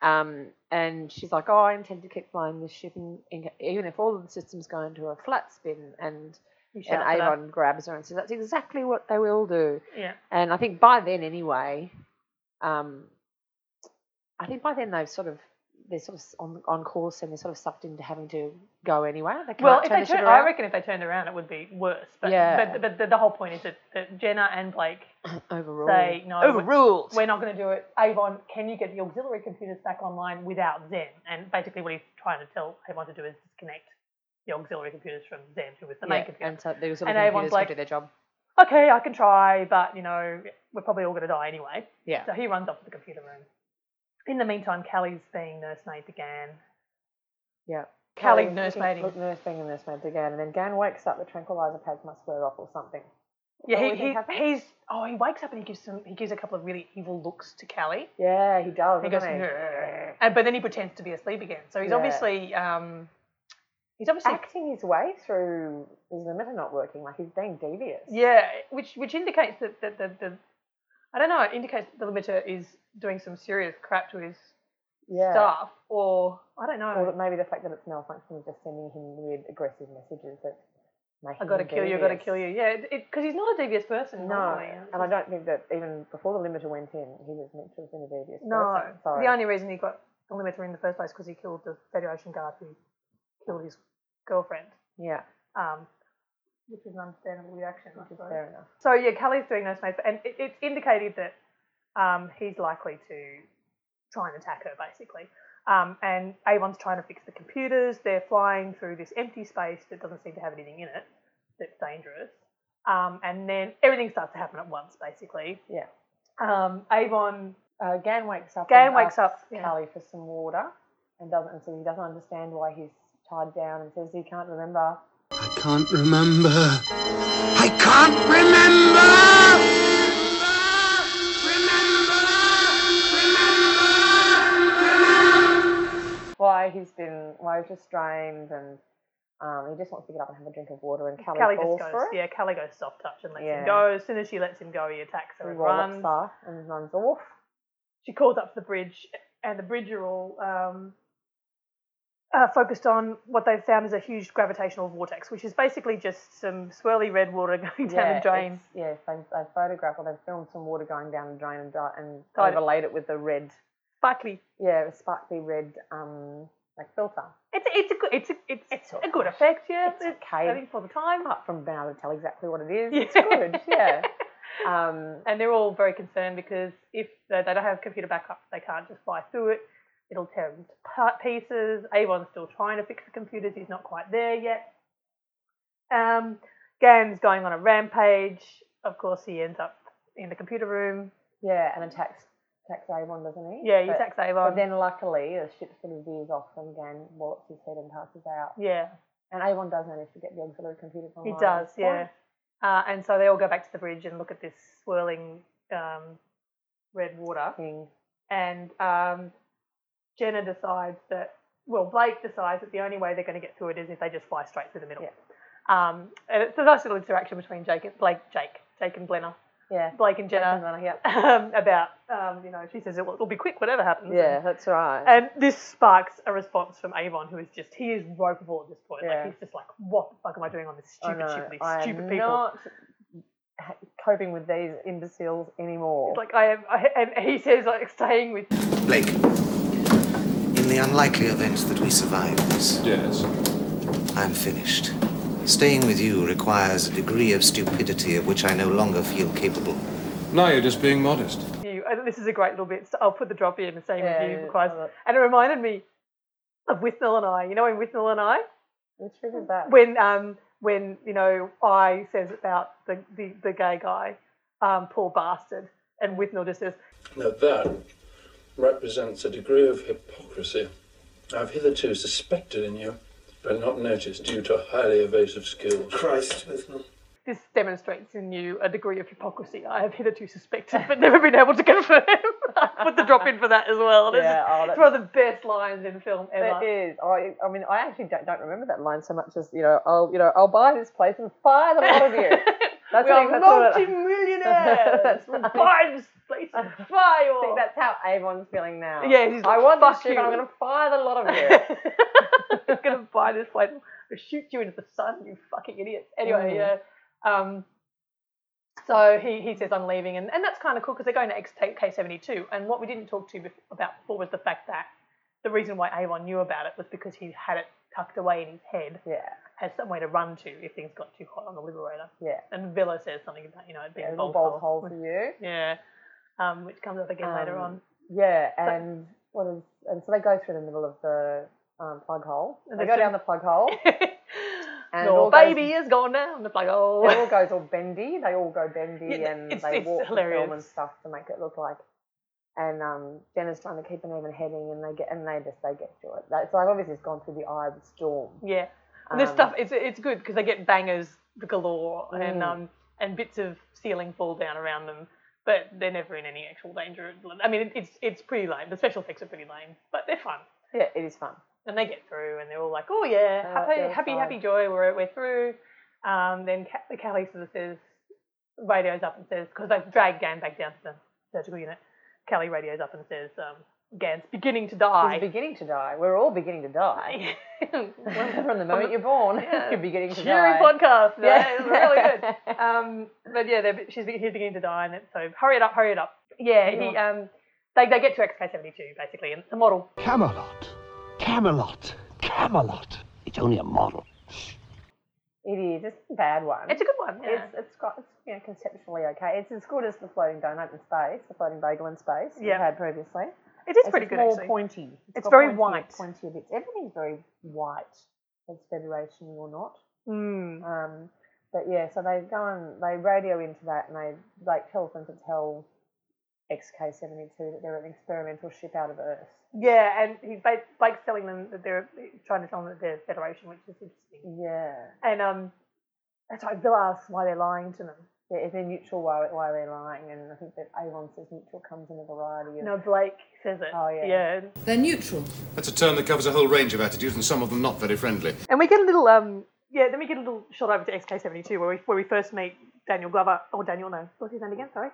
Speaker 1: Um, and she's like, "Oh, I intend to keep flying this ship, in, in, even if all of the systems go into a flat spin." And and
Speaker 2: shout for that.
Speaker 1: Avon grabs her and says, "That's exactly what they will do."
Speaker 2: Yeah.
Speaker 1: And I think by then, anyway, um, I think by then they've sort of they're sort of on, on course and they're sort of sucked into having to go anyway. They can't
Speaker 2: Well, if
Speaker 1: turn
Speaker 2: they
Speaker 1: the ship
Speaker 2: turn,
Speaker 1: around.
Speaker 2: I reckon if they turned around, it would be worse. But
Speaker 1: Yeah.
Speaker 2: but, but the, the whole point is that, that Jenna and Blake
Speaker 1: overruled.
Speaker 2: say no. we-
Speaker 1: overruled.
Speaker 2: We're not going to do it. Avon, can you get the auxiliary computers back online without Zen? And basically, what he's trying to tell Avon to do is disconnect the auxiliary computers from Zen, who was the main
Speaker 1: yeah,
Speaker 2: computer.
Speaker 1: and so they're sort of
Speaker 2: And Avon's
Speaker 1: computers like,
Speaker 2: like-
Speaker 1: do their job.
Speaker 2: okay, I can try, but you know, we're probably all going to die anyway.
Speaker 1: Yeah.
Speaker 2: So he runs off to the computer room. In the meantime, Callie's being nursemaid to Gan.
Speaker 1: Yeah.
Speaker 2: Callie
Speaker 1: Callie
Speaker 2: nursemaiding.
Speaker 1: Look, nursemaiding and nursemaid again, and then Gan wakes up. The tranquilizer pads must wear off or something.
Speaker 2: Yeah,
Speaker 1: Oh,
Speaker 2: he,
Speaker 1: it
Speaker 2: he,
Speaker 1: happens?
Speaker 2: he's oh he wakes up and he gives some he gives a couple of really evil looks to Callie.
Speaker 1: Yeah, he does.
Speaker 2: He goes,
Speaker 1: doesn't
Speaker 2: "Grr." and, but then he pretends to be asleep again. So he's
Speaker 1: Yeah.
Speaker 2: obviously um, he's obviously
Speaker 1: acting his way through his limiter not working. Like he's being devious.
Speaker 2: yeah, which which indicates that that the, the I don't know it indicates that the limiter is doing some serious crap to his
Speaker 1: yeah.
Speaker 2: staff or I don't know.
Speaker 1: Or that maybe the fact that it's malfunctioning is just sending him weird aggressive messages that make
Speaker 2: I
Speaker 1: him
Speaker 2: gotta kill you, I gotta
Speaker 1: devious.
Speaker 2: kill Oh, you. Yeah, because he's not a devious person.
Speaker 1: No,
Speaker 2: normally.
Speaker 1: and I don't think that even before the limiter went in, he was meant to have been a devious
Speaker 2: No,
Speaker 1: person. So
Speaker 2: the only reason he got the limiter in the first place because he killed the Federation guard who killed his girlfriend,
Speaker 1: yeah,
Speaker 2: um, which is an understandable reaction. I
Speaker 1: which is
Speaker 2: suppose.
Speaker 1: fair enough.
Speaker 2: So yeah, Kelly's doing those mates, and it, it's indicated that um, he's likely to try and attack her basically. Um, and Avon's trying to fix the computers. They're flying through this empty space that doesn't seem to have anything in it that's dangerous. Um, and then everything starts to happen at once, basically.
Speaker 1: Yeah.
Speaker 2: Um, Avon
Speaker 1: Uh, Gan wakes up.
Speaker 2: Gan
Speaker 1: and
Speaker 2: wakes
Speaker 1: asks
Speaker 2: up, yeah.
Speaker 1: Carly for some water, and doesn't. And so he doesn't understand why he's tied down, and says he can't remember.
Speaker 7: I can't remember. I can't remember!
Speaker 1: Why he's been. Why he's just drained, and um, he just wants to get up and have a drink of water. And Callie,
Speaker 2: Callie
Speaker 1: falls
Speaker 2: just goes,
Speaker 1: for it.
Speaker 2: yeah, Callie goes soft touch and lets
Speaker 1: Yeah.
Speaker 2: him go. As soon as she lets him go, he attacks her
Speaker 1: He
Speaker 2: and runs.
Speaker 1: rolls her and runs off.
Speaker 2: She calls up to the bridge, and the bridge are all um, uh, focused on what they've found is a huge gravitational vortex, which is basically just some swirly red water *laughs* going down the drain.
Speaker 1: it's- Yeah, they they photographed or they filmed some water going down the drain and di- and
Speaker 2: Dyed it.
Speaker 1: overlaid it with the red.
Speaker 2: Sparkly.
Speaker 1: Yeah, it was sparkly red um like filter.
Speaker 2: It's it's a good it's a, it's,
Speaker 1: It's
Speaker 2: a good effect. Yeah,
Speaker 1: It's okay.
Speaker 2: I think for the time.
Speaker 1: Apart from being able to tell exactly what it
Speaker 2: *laughs*
Speaker 1: is,
Speaker 2: Yeah.
Speaker 1: it's good. Yeah. Um,
Speaker 2: and they're all very concerned because if they they don't have computer backup, they can't just fly through it. It'll tear them to part pieces. Avon's still trying to fix the computers. He's not quite there yet. Um, Gan's going on a rampage. Of course, he ends up in the computer room.
Speaker 1: yeah, and attacks attacks Avon, doesn't he?
Speaker 2: Yeah, he
Speaker 1: But-
Speaker 2: attacks
Speaker 1: But
Speaker 2: Avon.
Speaker 1: then luckily the ship sort of veers off and again wallops his head and passes out.
Speaker 2: yeah,
Speaker 1: And Avon does manage to get the auxiliary computers
Speaker 2: He
Speaker 1: online.
Speaker 2: does,
Speaker 1: at this
Speaker 2: yeah.
Speaker 1: point.
Speaker 2: Uh, and so they all go back to the bridge and look at this swirling um, red water.
Speaker 1: Thing.
Speaker 2: And um, Jenna decides that, well, Blake decides that the only way they're going to get through it is if they just fly straight through the middle.
Speaker 1: Yeah.
Speaker 2: Um, and it's a nice little interaction between Jake and Blake, Jake, Jake and Blenner,
Speaker 1: Yeah.
Speaker 2: Blake and Jenna,
Speaker 1: Jenna,
Speaker 2: *laughs*
Speaker 1: yeah.
Speaker 2: um, about, um, you know, she says it will, it'll be quick, whatever happens.
Speaker 1: Yeah, that's right.
Speaker 2: And this sparks a response from Avon, who is just, he is ropeable at this point.
Speaker 1: Yeah.
Speaker 2: Like, he's just like, what the fuck am I doing on this
Speaker 1: I
Speaker 2: stupid
Speaker 1: know,
Speaker 2: ship with these
Speaker 1: I am
Speaker 2: stupid people?
Speaker 1: not ha- coping with these imbeciles anymore.
Speaker 2: It's like, I am, I, and he says, like, staying with
Speaker 6: Blake, in the unlikely event that we survive this,
Speaker 4: Yes.
Speaker 6: I'm finished. Staying with you requires a degree of stupidity of which I no longer feel capable.
Speaker 4: Now you're just being modest.
Speaker 2: you. And this is a great little bit. So I'll put the drop in and staying
Speaker 1: Yeah,
Speaker 2: with
Speaker 1: yeah,
Speaker 2: you
Speaker 1: yeah,
Speaker 2: requires.
Speaker 1: I love it.
Speaker 2: And it reminded me of Withnell and I. You know, in Withnell and I,
Speaker 1: Which trip is that?
Speaker 2: when um when you know I says about the the, the gay guy, um poor bastard, and Withnell just says
Speaker 9: Now that represents a degree of hypocrisy I've hitherto suspected in you, but not noticed due to highly evasive skills.
Speaker 7: Christ, with no.
Speaker 2: this demonstrates in you a degree of hypocrisy I have hithertu suspected but never been able to *laughs* confirm. put the drop in for that as well. This is-
Speaker 1: Yeah, oh,
Speaker 2: it's
Speaker 1: that's-
Speaker 2: one of the best lines in film ever.
Speaker 1: It is. I, I mean, I actually don't, don't remember that line so much as you know. I'll you know I'll buy this place and fire the lot of
Speaker 2: *laughs*
Speaker 1: you. That's
Speaker 2: we are
Speaker 1: exactly what I-
Speaker 2: multi-millionaires.
Speaker 1: *laughs* That's
Speaker 2: We'll
Speaker 1: right.
Speaker 2: buy this place and fry
Speaker 1: *laughs* I think
Speaker 2: all.
Speaker 1: that's how Avon's feeling now.
Speaker 2: Yeah, he's
Speaker 1: I
Speaker 2: like,
Speaker 1: want
Speaker 2: "Fuck
Speaker 1: this ship.
Speaker 2: you."
Speaker 1: and I'm going to fire the lot *laughs* of you.
Speaker 2: *laughs* I'm gonna buy this place. I'll shoot you into the sun, you fucking idiots.
Speaker 1: Mm.
Speaker 2: Anyway, yeah. Um, so he, he says I'm leaving, and, and that's kind of cool because they're going to X- K72. And what we didn't talk to bef- about before was the fact that the reason why Avon knew about it was because he had it tucked away in his head
Speaker 1: yeah,
Speaker 2: as somewhere to run to if things got too hot on the Liberator.
Speaker 1: yeah.
Speaker 2: And Villa says something about you know it being
Speaker 1: A
Speaker 2: a
Speaker 1: little
Speaker 2: bolt
Speaker 1: bolt
Speaker 2: hole.
Speaker 1: hole for you.
Speaker 2: *laughs* Yeah, um, which comes up again later
Speaker 1: Um,
Speaker 2: on.
Speaker 1: Yeah, and what is and so they go through the middle of the um, plug hole.
Speaker 2: And
Speaker 1: they
Speaker 2: they
Speaker 1: go
Speaker 2: sort
Speaker 1: down
Speaker 2: of-
Speaker 1: the plug *laughs* hole.
Speaker 2: *laughs*
Speaker 1: And
Speaker 2: Your
Speaker 1: all goes-
Speaker 2: baby is gone down the plug hole.
Speaker 1: it all goes all bendy. They all go bendy
Speaker 2: Yeah,
Speaker 1: and
Speaker 2: it's-
Speaker 1: they
Speaker 2: it's
Speaker 1: walk the
Speaker 2: hilarious.
Speaker 1: film and stuff to make it look like. And um, Jenna's trying to keep an even heading, and they get and they just they get to it. It's like obviously it's gone through the eye of the storm.
Speaker 2: Yeah, and this
Speaker 1: Um,
Speaker 2: stuff it's it's good because they get bangers galore and um and bits of ceiling fall down around them, but they're never in any actual danger. I mean, it, it's it's pretty lame. The special effects are pretty lame, but they're fun
Speaker 1: Yeah, it is fun.
Speaker 2: and they get through and they're all like, oh yeah,
Speaker 1: They're out
Speaker 2: happy
Speaker 1: the other
Speaker 2: happy
Speaker 1: side.
Speaker 2: happy joy, we're we're through. Um, then Ca- the Callie sort of says radios up and says because they've dragged Gan back down to the surgical unit. Callie radios up and says um, Gan's beginning to die.
Speaker 1: It's beginning to die. We're all beginning to die. *laughs* From the moment you're *laughs* born, you're beginning to
Speaker 2: cheery
Speaker 1: die.
Speaker 2: podcast. Yeah,
Speaker 1: Yeah.
Speaker 2: it's really
Speaker 1: *laughs*
Speaker 2: good. Um, but yeah, they're, she's he's beginning to die, and it, so hurry it up, hurry it up. Yeah, he um, they they get to XK seventy two basically, and the model
Speaker 7: Camelot. Camelot. Camelot. It's only a model.
Speaker 1: It is. It's a bad one.
Speaker 2: it's a good one. Yeah,
Speaker 1: It's it's got it's, you know conceptually okay. It's as good as the floating donut in space, the floating bagel in space we
Speaker 2: Yeah.
Speaker 1: had previously.
Speaker 2: it is
Speaker 1: It's
Speaker 2: pretty
Speaker 1: just
Speaker 2: good
Speaker 1: more
Speaker 2: actually.
Speaker 1: pointy.
Speaker 2: It's
Speaker 1: got
Speaker 2: very
Speaker 1: pointier-
Speaker 2: white.
Speaker 1: Pointier bits. Everything's very white. It's Federation or not.
Speaker 2: Mm.
Speaker 1: Um, but yeah, so they go and they radio into that and they like tells them to tell XK seventy two that they're an experimental ship out of Earth.
Speaker 2: Yeah, and he's ba- Blake's telling them that they're trying to tell them that they're Federation, which is interesting.
Speaker 1: Yeah.
Speaker 2: And um, that's why Bill asks why they're lying to them.
Speaker 1: Yeah, if they're neutral, why, why are they lying? And I think that Avon says neutral comes in a variety of.
Speaker 2: No, Blake says it.
Speaker 1: Oh, yeah.
Speaker 2: Yeah,
Speaker 5: They're neutral.
Speaker 4: That's a term that covers a whole range of attitudes, and some of them not very friendly.
Speaker 2: And we get a little um yeah, then we get a little shot over to XK72 where we where we first meet Daniel Glover. Oh, Daniel, no, what's his name again? Sorry,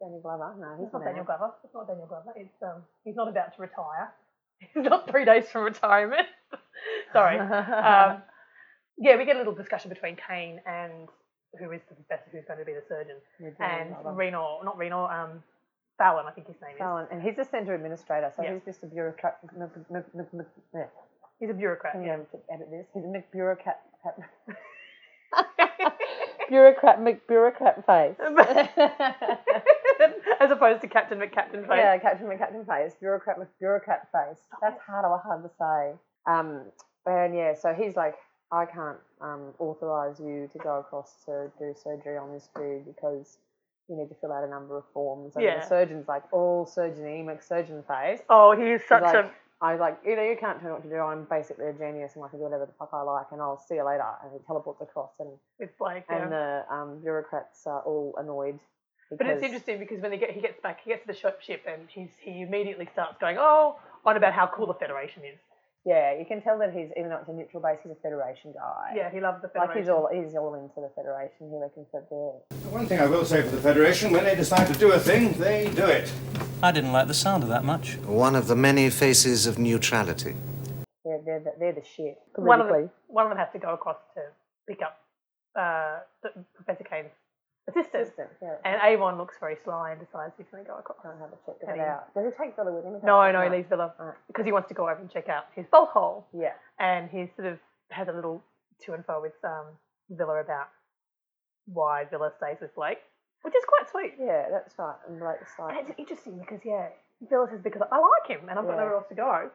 Speaker 1: Danny Glover. No, he's
Speaker 2: it's not
Speaker 1: an
Speaker 2: Daniel
Speaker 1: elf.
Speaker 2: Glover. It's not Daniel Glover. It's um he's not about to retire. *laughs* He's not three days from retirement. *laughs* Sorry. Um, yeah, we get a little discussion between Kane and who is the professor who's going to be the surgeon
Speaker 1: With Danny
Speaker 2: and
Speaker 1: Glover.
Speaker 2: Renal, not Renal, um Fallon, I think his name is.
Speaker 1: Fallon, Oh, and he's a centre administrator, so
Speaker 2: Yeah.
Speaker 1: he's just a bureaucrat. m- m- m- m- m- yeah.
Speaker 2: He's a bureaucrat.
Speaker 1: Hang
Speaker 2: Yeah.
Speaker 1: on to edit this. He's a McBureaucrat. *laughs* bureaucrat McBureaucrat
Speaker 2: *laughs*
Speaker 1: face.
Speaker 2: *laughs* As opposed to Captain McCaptain. Face.
Speaker 1: yeah, Captain McCaptain face. Bureaucrat McBureaucrat face. That's hard or hard to say. Um, and yeah, so he's like, I can't um, authorise you to go across to do surgery on this dude because you need to fill out a number of forms. And
Speaker 2: Yeah.
Speaker 1: the surgeon's like, all surgeon emic surgeon face.
Speaker 2: Oh, he is such
Speaker 1: like,
Speaker 2: a
Speaker 1: I was like, you know, you can't tell me what to do. I'm basically a genius and I can do whatever the fuck I like, and I'll see you later. And he teleports across, and
Speaker 2: It's like, yeah.
Speaker 1: and the um, bureaucrats are all annoyed.
Speaker 2: But it's
Speaker 1: because-
Speaker 2: interesting because when they get, he gets back, he gets to the ship, ship and he's, he immediately starts going, oh, on about how cool the Federation is.
Speaker 1: Yeah, you can tell that he's even though it's a neutral base, he's a Federation guy.
Speaker 2: Yeah, he loves the Federation.
Speaker 1: Like he's all he's all into the Federation. He reckons that they're
Speaker 10: One thing I will say for the Federation, when they decide to do a thing, they do it.
Speaker 11: I didn't like the sound of that much.
Speaker 6: One of the many faces of neutrality.
Speaker 1: they're they're the, they're the shit.
Speaker 2: one of
Speaker 1: politically.
Speaker 2: them, one of them has to go across to pick up uh, the- Professor Kane's assistant,
Speaker 1: yeah.
Speaker 2: and Avon looks very sly and decides he's going to go across.
Speaker 1: I'll have a check
Speaker 2: And
Speaker 1: that
Speaker 2: he-
Speaker 1: out. Does he take Villa with him?
Speaker 2: No, no, he leaves Villa because he wants to go over and check out his bolt hole,
Speaker 1: Yeah.
Speaker 2: and he sort of has a little to and fro with um, Villa about why Villa stays with Blake, which is quite sweet.
Speaker 1: Yeah, that's right. And Blake's
Speaker 2: And
Speaker 1: like,
Speaker 2: it's interesting because yeah, Villa says because I like him and I've got
Speaker 1: Yeah.
Speaker 2: nowhere else to go.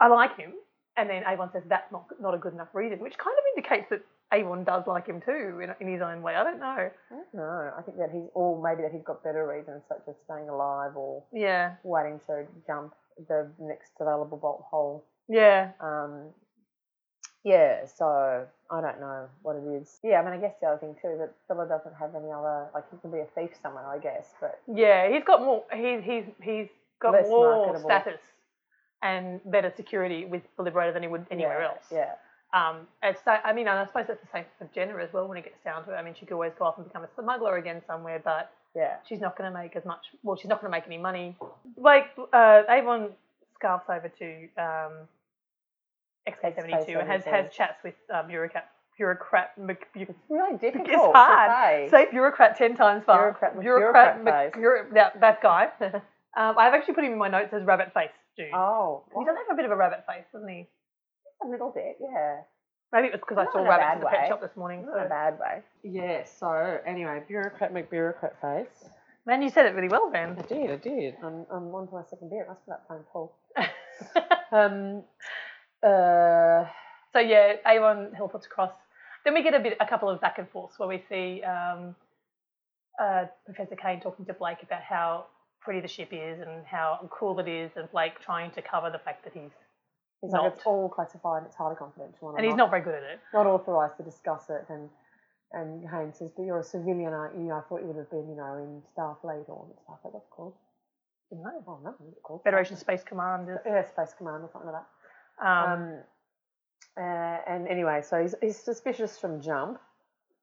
Speaker 2: I like him, and then Avon says that's not not a good enough reason, which kind of indicates that Avon does like him too in, in his own way. I don't know.
Speaker 1: no, I think that he's, or maybe that he's got better reasons, such as staying alive or
Speaker 2: Yeah,
Speaker 1: waiting to jump the next available bolt hole.
Speaker 2: yeah,
Speaker 1: Um, yeah, so I don't know what it is. Yeah, I mean, I guess the other thing too that Villa doesn't have any other, like, he can be a thief somewhere, I guess, but
Speaker 2: yeah. He's got more. He's he's he's got
Speaker 1: Less
Speaker 2: more
Speaker 1: marketable.
Speaker 2: status and better security with the Liberator than he would anywhere
Speaker 1: yeah,
Speaker 2: else.
Speaker 1: Yeah.
Speaker 2: Um, and so, I mean, and I suppose that's the same for Jenna as well. When it gets down to it, I mean, she could always go off and become a smuggler again somewhere, but
Speaker 1: Yeah.
Speaker 2: she's not going to make as much. Well, she's not going to make any money. Like uh, Avon scarfs over to um, XK seventy two and has has chats with uh, bureaucrat bureaucrat Mc, bu-
Speaker 1: Really
Speaker 2: *laughs*
Speaker 1: difficult
Speaker 2: it's hard.
Speaker 1: to say.
Speaker 2: Say bureaucrat ten times fast.
Speaker 1: Bureaucrat Mc-
Speaker 2: bureaucrat,
Speaker 1: bureaucrat
Speaker 2: Mc- bureau- that, that guy. *laughs* um, I've actually put him in my notes as rabbit face dude.
Speaker 1: Oh,
Speaker 2: He does have a bit of a rabbit face, doesn't he?
Speaker 1: a little bit, yeah.
Speaker 2: Maybe it was because I
Speaker 1: Not
Speaker 2: saw
Speaker 1: in a
Speaker 2: rabbits
Speaker 1: bad
Speaker 2: in the pet
Speaker 1: way.
Speaker 2: shop this morning.
Speaker 1: Not in a
Speaker 2: so-
Speaker 1: bad way. Yeah, so anyway, bureaucrat McBureaucrat face.
Speaker 2: Man, you said it really well, Ben.
Speaker 1: I did, I did. I'm, I'm on to my second beer. It must be that phone call. *laughs* um, uh,
Speaker 2: So yeah, Avon teleports across. Then we get a bit, a couple of back and forths where we see um, uh, Professor Kane talking to Blake about how pretty the ship is and how cool it is, and Blake trying to cover the fact that he's
Speaker 1: he's like,
Speaker 2: Not.
Speaker 1: it's all classified. It's highly confidential. I'm
Speaker 2: and he's not very good at it.
Speaker 1: not authorised to discuss it. And and Haynes says, but you're a civilian, aren't you? I thought you would have been, you know, in Starfleet or Starfleet. What's it called?
Speaker 2: No.
Speaker 1: Oh no, what's it called?
Speaker 2: Federation Space Command. is-
Speaker 1: Yeah, Space Command or something like that.
Speaker 2: Um,
Speaker 1: Um, uh, and anyway, so he's, he's suspicious from jump,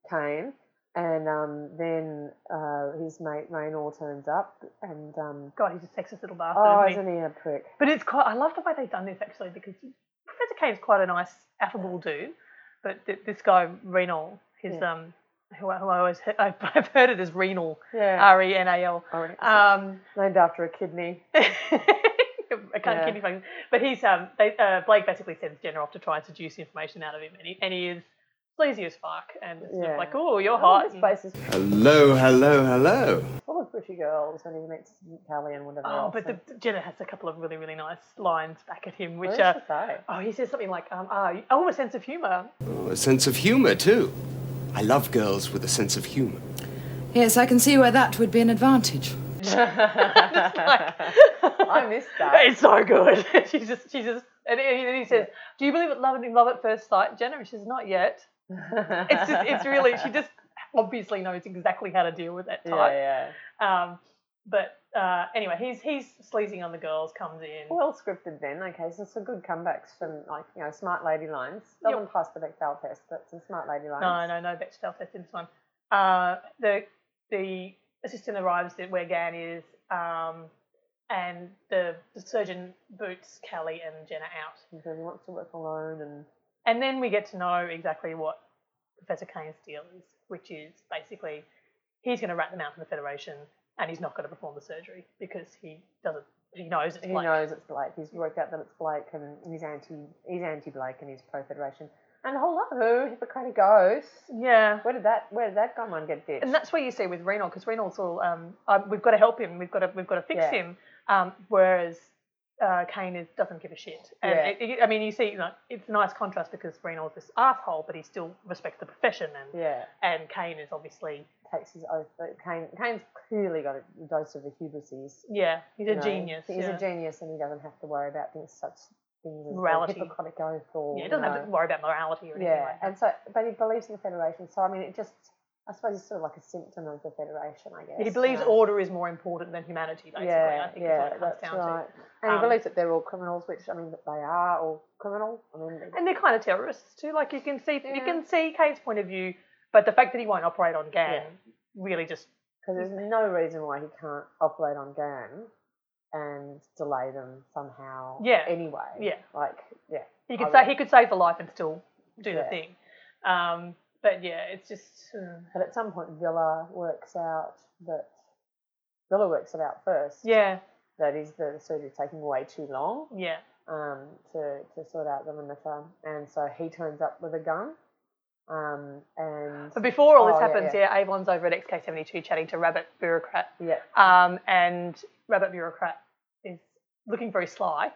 Speaker 1: Kane, and um, then uh, his mate Raynor turns up, and um,
Speaker 2: God, he's a sexist little bastard.
Speaker 1: oh,
Speaker 2: isn't he?
Speaker 1: isn't he a prick?
Speaker 2: But it's quite. I love the way they've done this actually because Professor Kane's quite a nice, affable dude, but th- this guy Renal, his
Speaker 1: Yeah.
Speaker 2: um, who, I- who I always *laughs* he- I- I've heard it as Renal,
Speaker 1: Yeah.
Speaker 2: R E N A L.
Speaker 1: Oh, right.
Speaker 2: Um,
Speaker 1: Named after a kidney.
Speaker 2: I can't
Speaker 1: Yeah.
Speaker 2: kidney function. But he's um, they, uh, Blake basically sends Jenner off to try and seduce information out of him, and he, and he is sleazy as fuck, and it's sort of
Speaker 1: Yeah.
Speaker 2: like, oh, you're
Speaker 1: Oh,
Speaker 2: hot.
Speaker 1: this
Speaker 2: and-
Speaker 1: place is
Speaker 4: Hello, hello, hello.
Speaker 1: full of pretty girls, and he meets Callie and whatever
Speaker 2: Oh,
Speaker 1: else.
Speaker 2: but the, Jenner has a couple of really, really nice lines back at him, which
Speaker 1: which
Speaker 2: are, oh, he says something like, um, ah, you- oh, a sense of
Speaker 1: *laughs*
Speaker 2: humour.
Speaker 11: a sense of humour, too. I love girls with a sense of humour.
Speaker 5: Yes, I can see where that would be an advantage.
Speaker 1: I missed that.
Speaker 2: *laughs* It's so good. she's just, she's just, and he, and he says, "Do you believe in love in love at first sight, Jenna?" And she says, "Not yet." It's just, it's really,
Speaker 1: *laughs*
Speaker 2: she just obviously knows exactly how to deal with that
Speaker 1: yeah,
Speaker 2: type.
Speaker 1: yeah.
Speaker 2: Um, but uh, anyway, he's he's sleazing on the girls. Comes in.
Speaker 1: Well scripted then. Okay, so some good comebacks from like you know smart lady lines. Doesn't
Speaker 2: Yep.
Speaker 1: pass the Bechdel test, but some smart lady lines.
Speaker 2: No, no, no, Bechdel test in this one. Uh, the the assistant arrives at where Gan is, um, and the, the surgeon boots Callie and Jenna out.
Speaker 1: He says he wants to work alone and
Speaker 2: And then we get to know exactly what Professor Kane's deal is, which is basically he's going to rat them out to the Federation and he's not going to perform the surgery because he doesn't, he knows it's
Speaker 1: he
Speaker 2: like,
Speaker 1: knows it's Blake. He's worked out that it's Blake and he's anti he's anti Blake and he's pro Federation. And hello, Hippocratic Oath.
Speaker 2: Yeah.
Speaker 1: Where did that where did that gum one get ditched?
Speaker 2: And that's where you see with Renal, because Renal's all, um, uh, we've got to help him, we've got to, we've got to fix
Speaker 1: Yeah.
Speaker 2: him. Um, whereas uh, Kane is, doesn't give a shit. And
Speaker 1: Yeah.
Speaker 2: it, it- I mean, you see, you know, it's a nice contrast because Renal's this asshole, but he still respects the profession, and
Speaker 1: yeah.
Speaker 2: and Kane is obviously,
Speaker 1: Takes his oath but Kane Kane's clearly got a dose of the hubris. He's
Speaker 2: yeah, he's a
Speaker 1: you know,
Speaker 2: genius.
Speaker 1: He's
Speaker 2: yeah.
Speaker 1: a genius and he doesn't have to worry about things such things as
Speaker 2: Morality.
Speaker 1: the Hippocratic oath or
Speaker 2: Yeah, it doesn't
Speaker 1: no.
Speaker 2: have to worry about morality or anything
Speaker 1: yeah,
Speaker 2: like that.
Speaker 1: and so but he believes in the Federation. So I mean, it just I suppose it's sort of like a symptom of the Federation, I guess.
Speaker 2: He believes
Speaker 1: Um,
Speaker 2: order is more important than humanity, basically. I think is what it comes
Speaker 1: that's
Speaker 2: down
Speaker 1: right.
Speaker 2: to.
Speaker 1: And
Speaker 2: Um,
Speaker 1: he believes that they're all criminals, which I mean, that they are all criminal. I mean,
Speaker 2: and they're kind of terrorists too. Like you can see, you
Speaker 1: Yeah.
Speaker 2: can see Kate's point of view, but the fact that he won't operate on Gan
Speaker 1: Yeah.
Speaker 2: really just
Speaker 1: because there's no reason why he can't operate on GAN and delay them somehow.
Speaker 2: Yeah.
Speaker 1: Anyway.
Speaker 2: Yeah.
Speaker 1: Like yeah.
Speaker 2: he
Speaker 1: I
Speaker 2: could say
Speaker 1: would-
Speaker 2: he could save the life and still do the
Speaker 1: Yeah. Hmm.
Speaker 2: thing. Um, but yeah, it's just uh,
Speaker 1: But at some point, Villa works out that Villa works it out first.
Speaker 2: yeah,
Speaker 1: That is the surgery taking way too long.
Speaker 2: yeah.
Speaker 1: um, to, to sort out the limiter. And so he turns up with a gun. Um, and
Speaker 2: But before all this
Speaker 1: Oh, yeah,
Speaker 2: happens, yeah,
Speaker 1: yeah.
Speaker 2: Avon's over at XK72 chatting to Rabbit Bureaucrat,
Speaker 1: yeah,
Speaker 2: um, and Rabbit Bureaucrat is looking very sly,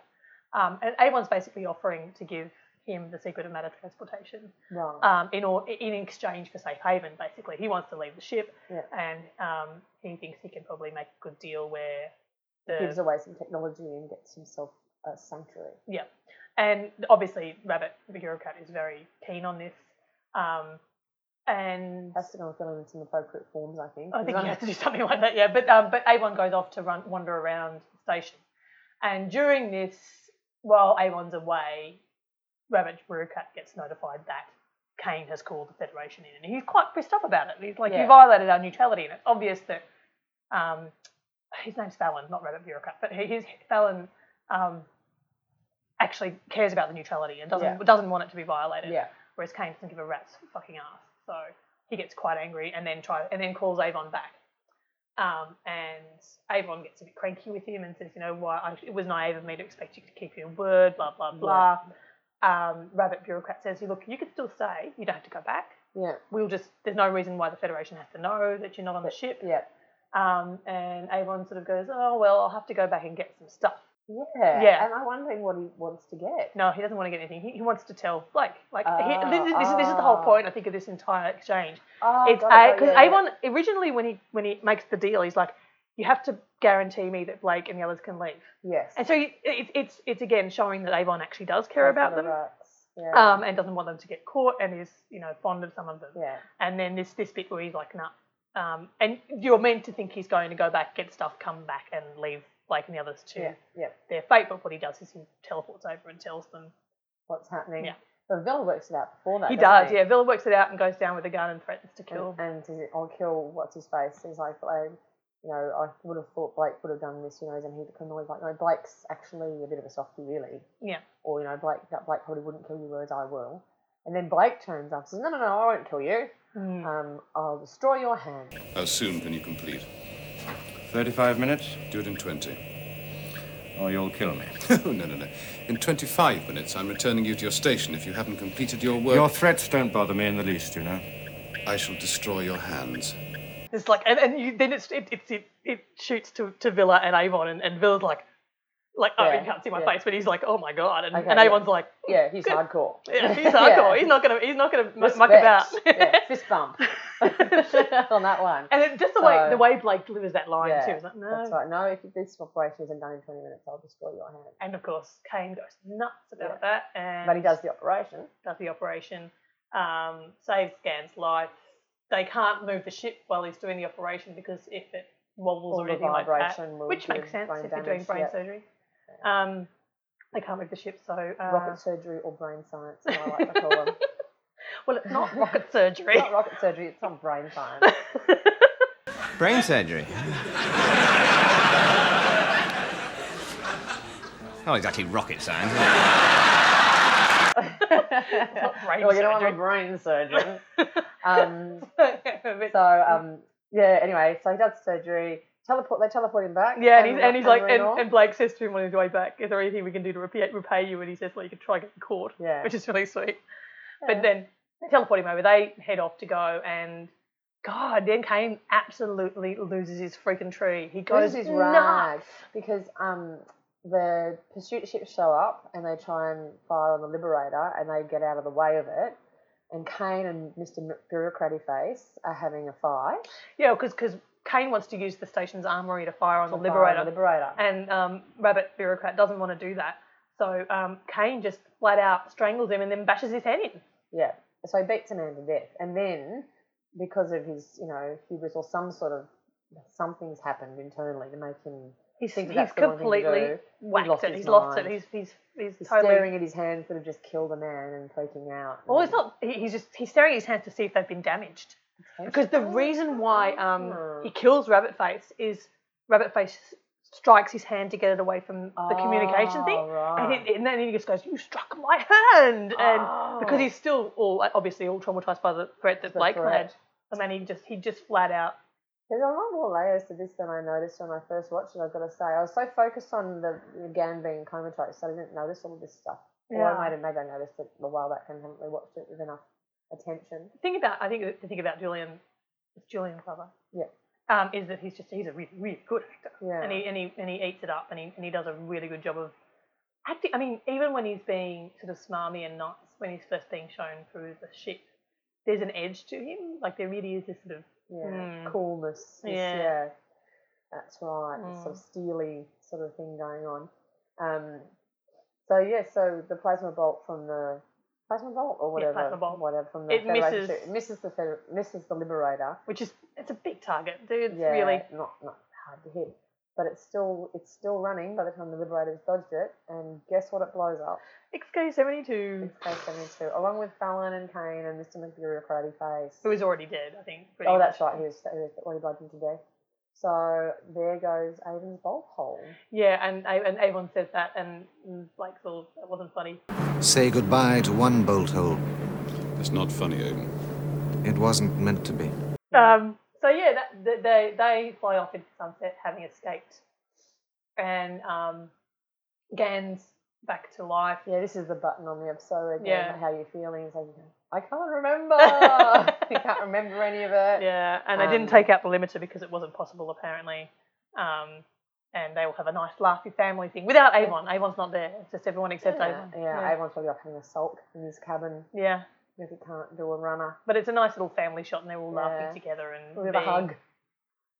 Speaker 2: um, and Avon's basically offering to give him the secret of matter transportation
Speaker 1: right.
Speaker 2: um, in or in exchange for safe haven. Basically, he wants to leave the ship,
Speaker 1: Yeah.
Speaker 2: and um, he thinks he can probably make a good deal where the
Speaker 1: gives away some technology and gets himself a sanctuary.
Speaker 2: yeah, and obviously Rabbit Bureaucrat is very keen on this, um, and
Speaker 1: Has to go and fill in some appropriate forms, I think.
Speaker 2: I think
Speaker 1: He's
Speaker 2: he
Speaker 1: on-
Speaker 2: has to do something like that, yeah. But um, but Avon goes off to run wander around the station, and during this, while Avon's away, Rabbit Bureaucrat gets notified that Kane has called the Federation in, and he's quite pissed off about it. He's like, "You
Speaker 1: Yeah.
Speaker 2: violated our neutrality," and it's obvious that um, his name's Fallon, not Rabbit Bureaucrat, but he, his Fallon um, actually cares about the neutrality and doesn't
Speaker 1: Yeah.
Speaker 2: doesn't want it to be violated
Speaker 1: Yeah.
Speaker 2: whereas Kane doesn't give a rat's fucking ass. So he gets quite angry and then try and then calls Avon back. Um, and Avon gets a bit cranky with him and says, you know, why I, it was naive of me to expect you to keep your word, blah blah blah. Um, Rabbit bureaucrat says, look, you could still stay. You don't have to go back.
Speaker 1: Yeah.
Speaker 2: We'll just there's no reason why the Federation has to know that you're not on the ship.
Speaker 1: Yeah.
Speaker 2: Um, and Avon sort of goes, oh well, I'll have to go back and get some stuff.
Speaker 1: Yeah.
Speaker 2: Yeah.
Speaker 1: And I'm wondering what he wants to get.
Speaker 2: No, he doesn't want to get anything. He, he wants to tell Blake. Like he,
Speaker 1: Oh,
Speaker 2: this, is- this, is- this is the whole
Speaker 1: oh.
Speaker 2: point. I think of this entire exchange.
Speaker 1: Oh,
Speaker 2: it's
Speaker 1: got it, got it,
Speaker 2: because
Speaker 1: yeah, yeah.
Speaker 2: Avon originally when he when he makes the deal, he's like, you have to guarantee me that Blake and the others can leave.
Speaker 1: Yes.
Speaker 2: And so you- it, it's it's again showing that Avon actually does care
Speaker 1: Has
Speaker 2: about
Speaker 1: got
Speaker 2: them,
Speaker 1: the rights. Yeah.
Speaker 2: um, and doesn't want them to get caught, and is you know fond of some of them.
Speaker 1: yeah.
Speaker 2: And then this this bit where he's like, nah. Um, and you're meant to think he's going to go back, get stuff, come back, and leave Blake and the others to
Speaker 1: Yeah. Yeah.
Speaker 2: their fate. But what he does is he teleports over and tells them
Speaker 1: What's happening?
Speaker 2: Yeah.
Speaker 1: But Villa works it out before that.
Speaker 2: He
Speaker 1: doesn't
Speaker 2: does, yeah. Villa works it out and goes down with a gun and threatens to kill.
Speaker 1: And, and I'll kill what's his face. He's like, um, you know, I would have thought Blake would have done this, you know, and he the criminal. He's like, no, Blake's actually a bit of a softie, really.
Speaker 2: Yeah.
Speaker 1: Or, you know, Blake, that Blake probably wouldn't kill you, whereas I will. And then Blake turns up and says, no, no, no, I won't kill you.
Speaker 2: Mm.
Speaker 1: Um, I'll destroy your hand.
Speaker 4: How soon can you complete?
Speaker 10: 35 minutes,
Speaker 4: Do it in 20.
Speaker 10: or Oh, you'll kill me.
Speaker 4: *laughs* no, no, no. In 25 minutes, I'm returning you to your station if you haven't completed your work.
Speaker 10: Your threats don't bother me in the least, you know.
Speaker 4: I shall destroy your hands.
Speaker 2: It's like, and, and you, then it's, it, it's, it, it shoots to, to Villa and Avon, and, and Villa's like, like, oh,
Speaker 1: Yeah,
Speaker 2: you can't see my
Speaker 1: yeah.
Speaker 2: face, but he's like, oh my god, and,
Speaker 1: Okay,
Speaker 2: and
Speaker 1: yeah.
Speaker 2: Avon's
Speaker 1: *laughs*
Speaker 2: like,
Speaker 1: Yeah, he's hardcore.
Speaker 2: yeah, he's hardcore. He's not gonna, he's not gonna mu- *laughs* muck about.
Speaker 1: Respect. yeah, *laughs*
Speaker 2: *laughs*
Speaker 1: fist bump on that one.
Speaker 2: And it, just the way
Speaker 1: So-
Speaker 2: the way Blake delivers that line
Speaker 1: yeah,
Speaker 2: too, is like, no.
Speaker 1: That's right. No, if this operation isn't done in 20 minutes, I'll destroy your hand.
Speaker 2: And of course, Kane goes nuts about that, and
Speaker 1: But he does the operation.
Speaker 2: does the operation, um, saves Gan's life. They can't move the ship while he's doing the operation because if it wobbles
Speaker 1: All
Speaker 2: or
Speaker 1: the
Speaker 2: anything like that,
Speaker 1: vibration will
Speaker 2: which
Speaker 1: give
Speaker 2: makes sense
Speaker 1: brain
Speaker 2: if you're doing
Speaker 1: damage,
Speaker 2: brain
Speaker 1: yeah.
Speaker 2: surgery. Um, they can't move the ship, so uh,
Speaker 1: rocket surgery or brain science, as I like to call
Speaker 2: *laughs*
Speaker 1: them.
Speaker 2: well, it's
Speaker 1: *laughs*
Speaker 2: not rocket surgery.
Speaker 1: not rocket surgery, it's not brain science.
Speaker 11: Brain surgery. Not exactly Oh, rocket science. is it?
Speaker 2: *laughs* It's not brain
Speaker 1: Well, you know, I'm a
Speaker 2: surgery.
Speaker 1: brain surgeon.
Speaker 2: *laughs*
Speaker 1: um,
Speaker 2: But-
Speaker 1: so, um, yeah, anyway, so he does surgery. Teleport, they teleport him back.
Speaker 2: yeah, and he's, and he's like,
Speaker 1: we're
Speaker 2: and,
Speaker 1: all-
Speaker 2: and Blake says to him on his way back, "Is there anything we can do to repay, repay you?" And he says, "Well, you could try getting caught,"
Speaker 1: Yeah.
Speaker 2: which is really sweet.
Speaker 1: Yeah.
Speaker 2: But then they teleport him over. They head off to go, and God, then Kane absolutely loses his freaking tree. He goes
Speaker 1: Loses his
Speaker 2: nuts.
Speaker 1: rag because um, the pursuit ships show up and they try and fire on the Liberator and they get out of the way of it. And Kane and Mr. Bureaucraty Face are having a fight.
Speaker 2: Yeah, because Kane wants to use the station's armory to fire on the
Speaker 1: Fire on
Speaker 2: Liberator,
Speaker 1: the Liberator.
Speaker 2: and um, Rabbit Bureaucrat doesn't want to do that. So um, Kane just flat out strangles him and then bashes his head in.
Speaker 1: Yeah. So he beats a man to death. And then, because of his, you know, hubris or some sort of something's happened internally to make him
Speaker 2: He's,
Speaker 1: think
Speaker 2: he's
Speaker 1: that's the wrong thing to
Speaker 2: completely
Speaker 1: do,
Speaker 2: whacked
Speaker 1: lost
Speaker 2: it.
Speaker 1: his
Speaker 2: He's lost it.
Speaker 1: mind.
Speaker 2: He's he's he's,
Speaker 1: He's
Speaker 2: totally.
Speaker 1: staring at his hands that have just killed a man and freaking out.
Speaker 2: well, it's not. he- He's just he's staring at his hands to see if they've been damaged. Because the reason why um, he kills Rabbit Face is Rabbit Face strikes his hand to get it away from the communication thing, and, it, and then he just goes, "You struck my hand," and because he's still all obviously all traumatized by the threat that Blake
Speaker 1: threat.
Speaker 2: made, and then he just he just flat out
Speaker 1: There's a lot more layers to this than I noticed when I first watched it. I've got to say, I was so focused on the the Gan being comatose, so I didn't notice all of this stuff. Or
Speaker 2: Yeah.
Speaker 1: I might have maybe I noticed it a while back and haven't really watched it with enough attention.
Speaker 2: think about I think the thing about Julian it's Julian Glover.
Speaker 1: Yeah.
Speaker 2: Um, is that he's just he's a really, really good actor.
Speaker 1: Yeah.
Speaker 2: And he and he and he eats it up and he and he does a really good job of acting I mean, even when he's being sort of smarmy and nice, when he's first being shown through the shit, there's an edge to him. Like there really is this sort of
Speaker 1: Yeah,
Speaker 2: mm,
Speaker 1: coolness. this-
Speaker 2: Yeah. Hmm.
Speaker 1: yeah. that's right. this Sort of steely sort of thing going on. Um, so yeah, so the plasma bolt from the plasma bolt or
Speaker 2: Yeah,
Speaker 1: whatever,
Speaker 2: plasma bolt.
Speaker 1: whatever from the
Speaker 2: It
Speaker 1: Federation
Speaker 2: misses-
Speaker 1: ship- it misses the Feder- misses the Liberator.
Speaker 2: which is it's a big target, dude. It's
Speaker 1: yeah,
Speaker 2: really
Speaker 1: not not hard to hit, but it's still it's still running by the time the Liberator's dodged it. And guess what? It blows up.
Speaker 2: XK seventy two
Speaker 1: Space seventy two, along with Fallon and Kane and Mister McBureau Karate Face.
Speaker 2: who is already dead, I think. pretty
Speaker 1: Oh, that's
Speaker 2: much.
Speaker 1: right. He was, he was well, he bled him to death. So there goes Avon's bolt hole.
Speaker 2: Yeah, and A- and Avon says that and mm, Blake's all that wasn't funny.
Speaker 6: Say goodbye to one bolt hole.
Speaker 4: That's not funny, Odin.
Speaker 6: It wasn't meant to be.
Speaker 2: Um, so yeah, that, th- they they fly off into sunset, having escaped, and um, Gan's back to life.
Speaker 1: Yeah, this is the button on the episode again.
Speaker 2: Yeah.
Speaker 1: Yeah. How you feeling? It's like, I can't *laughs* remember. I can't remember any of it.
Speaker 2: Yeah, and they didn't
Speaker 1: Um,
Speaker 2: take out the limiter because it wasn't possible apparently. Um, and they will have a nice laughy family thing without Avon. Avon's not there. It's just everyone except
Speaker 1: Yeah,
Speaker 2: Avon.
Speaker 1: yeah, Avon's probably off having a sulk in his cabin
Speaker 2: Yeah,
Speaker 1: because he can't do a runner.
Speaker 2: but it's a nice little family shot, and they're all
Speaker 1: Yeah.
Speaker 2: laughing together and
Speaker 1: A bit of a
Speaker 2: being
Speaker 1: hug.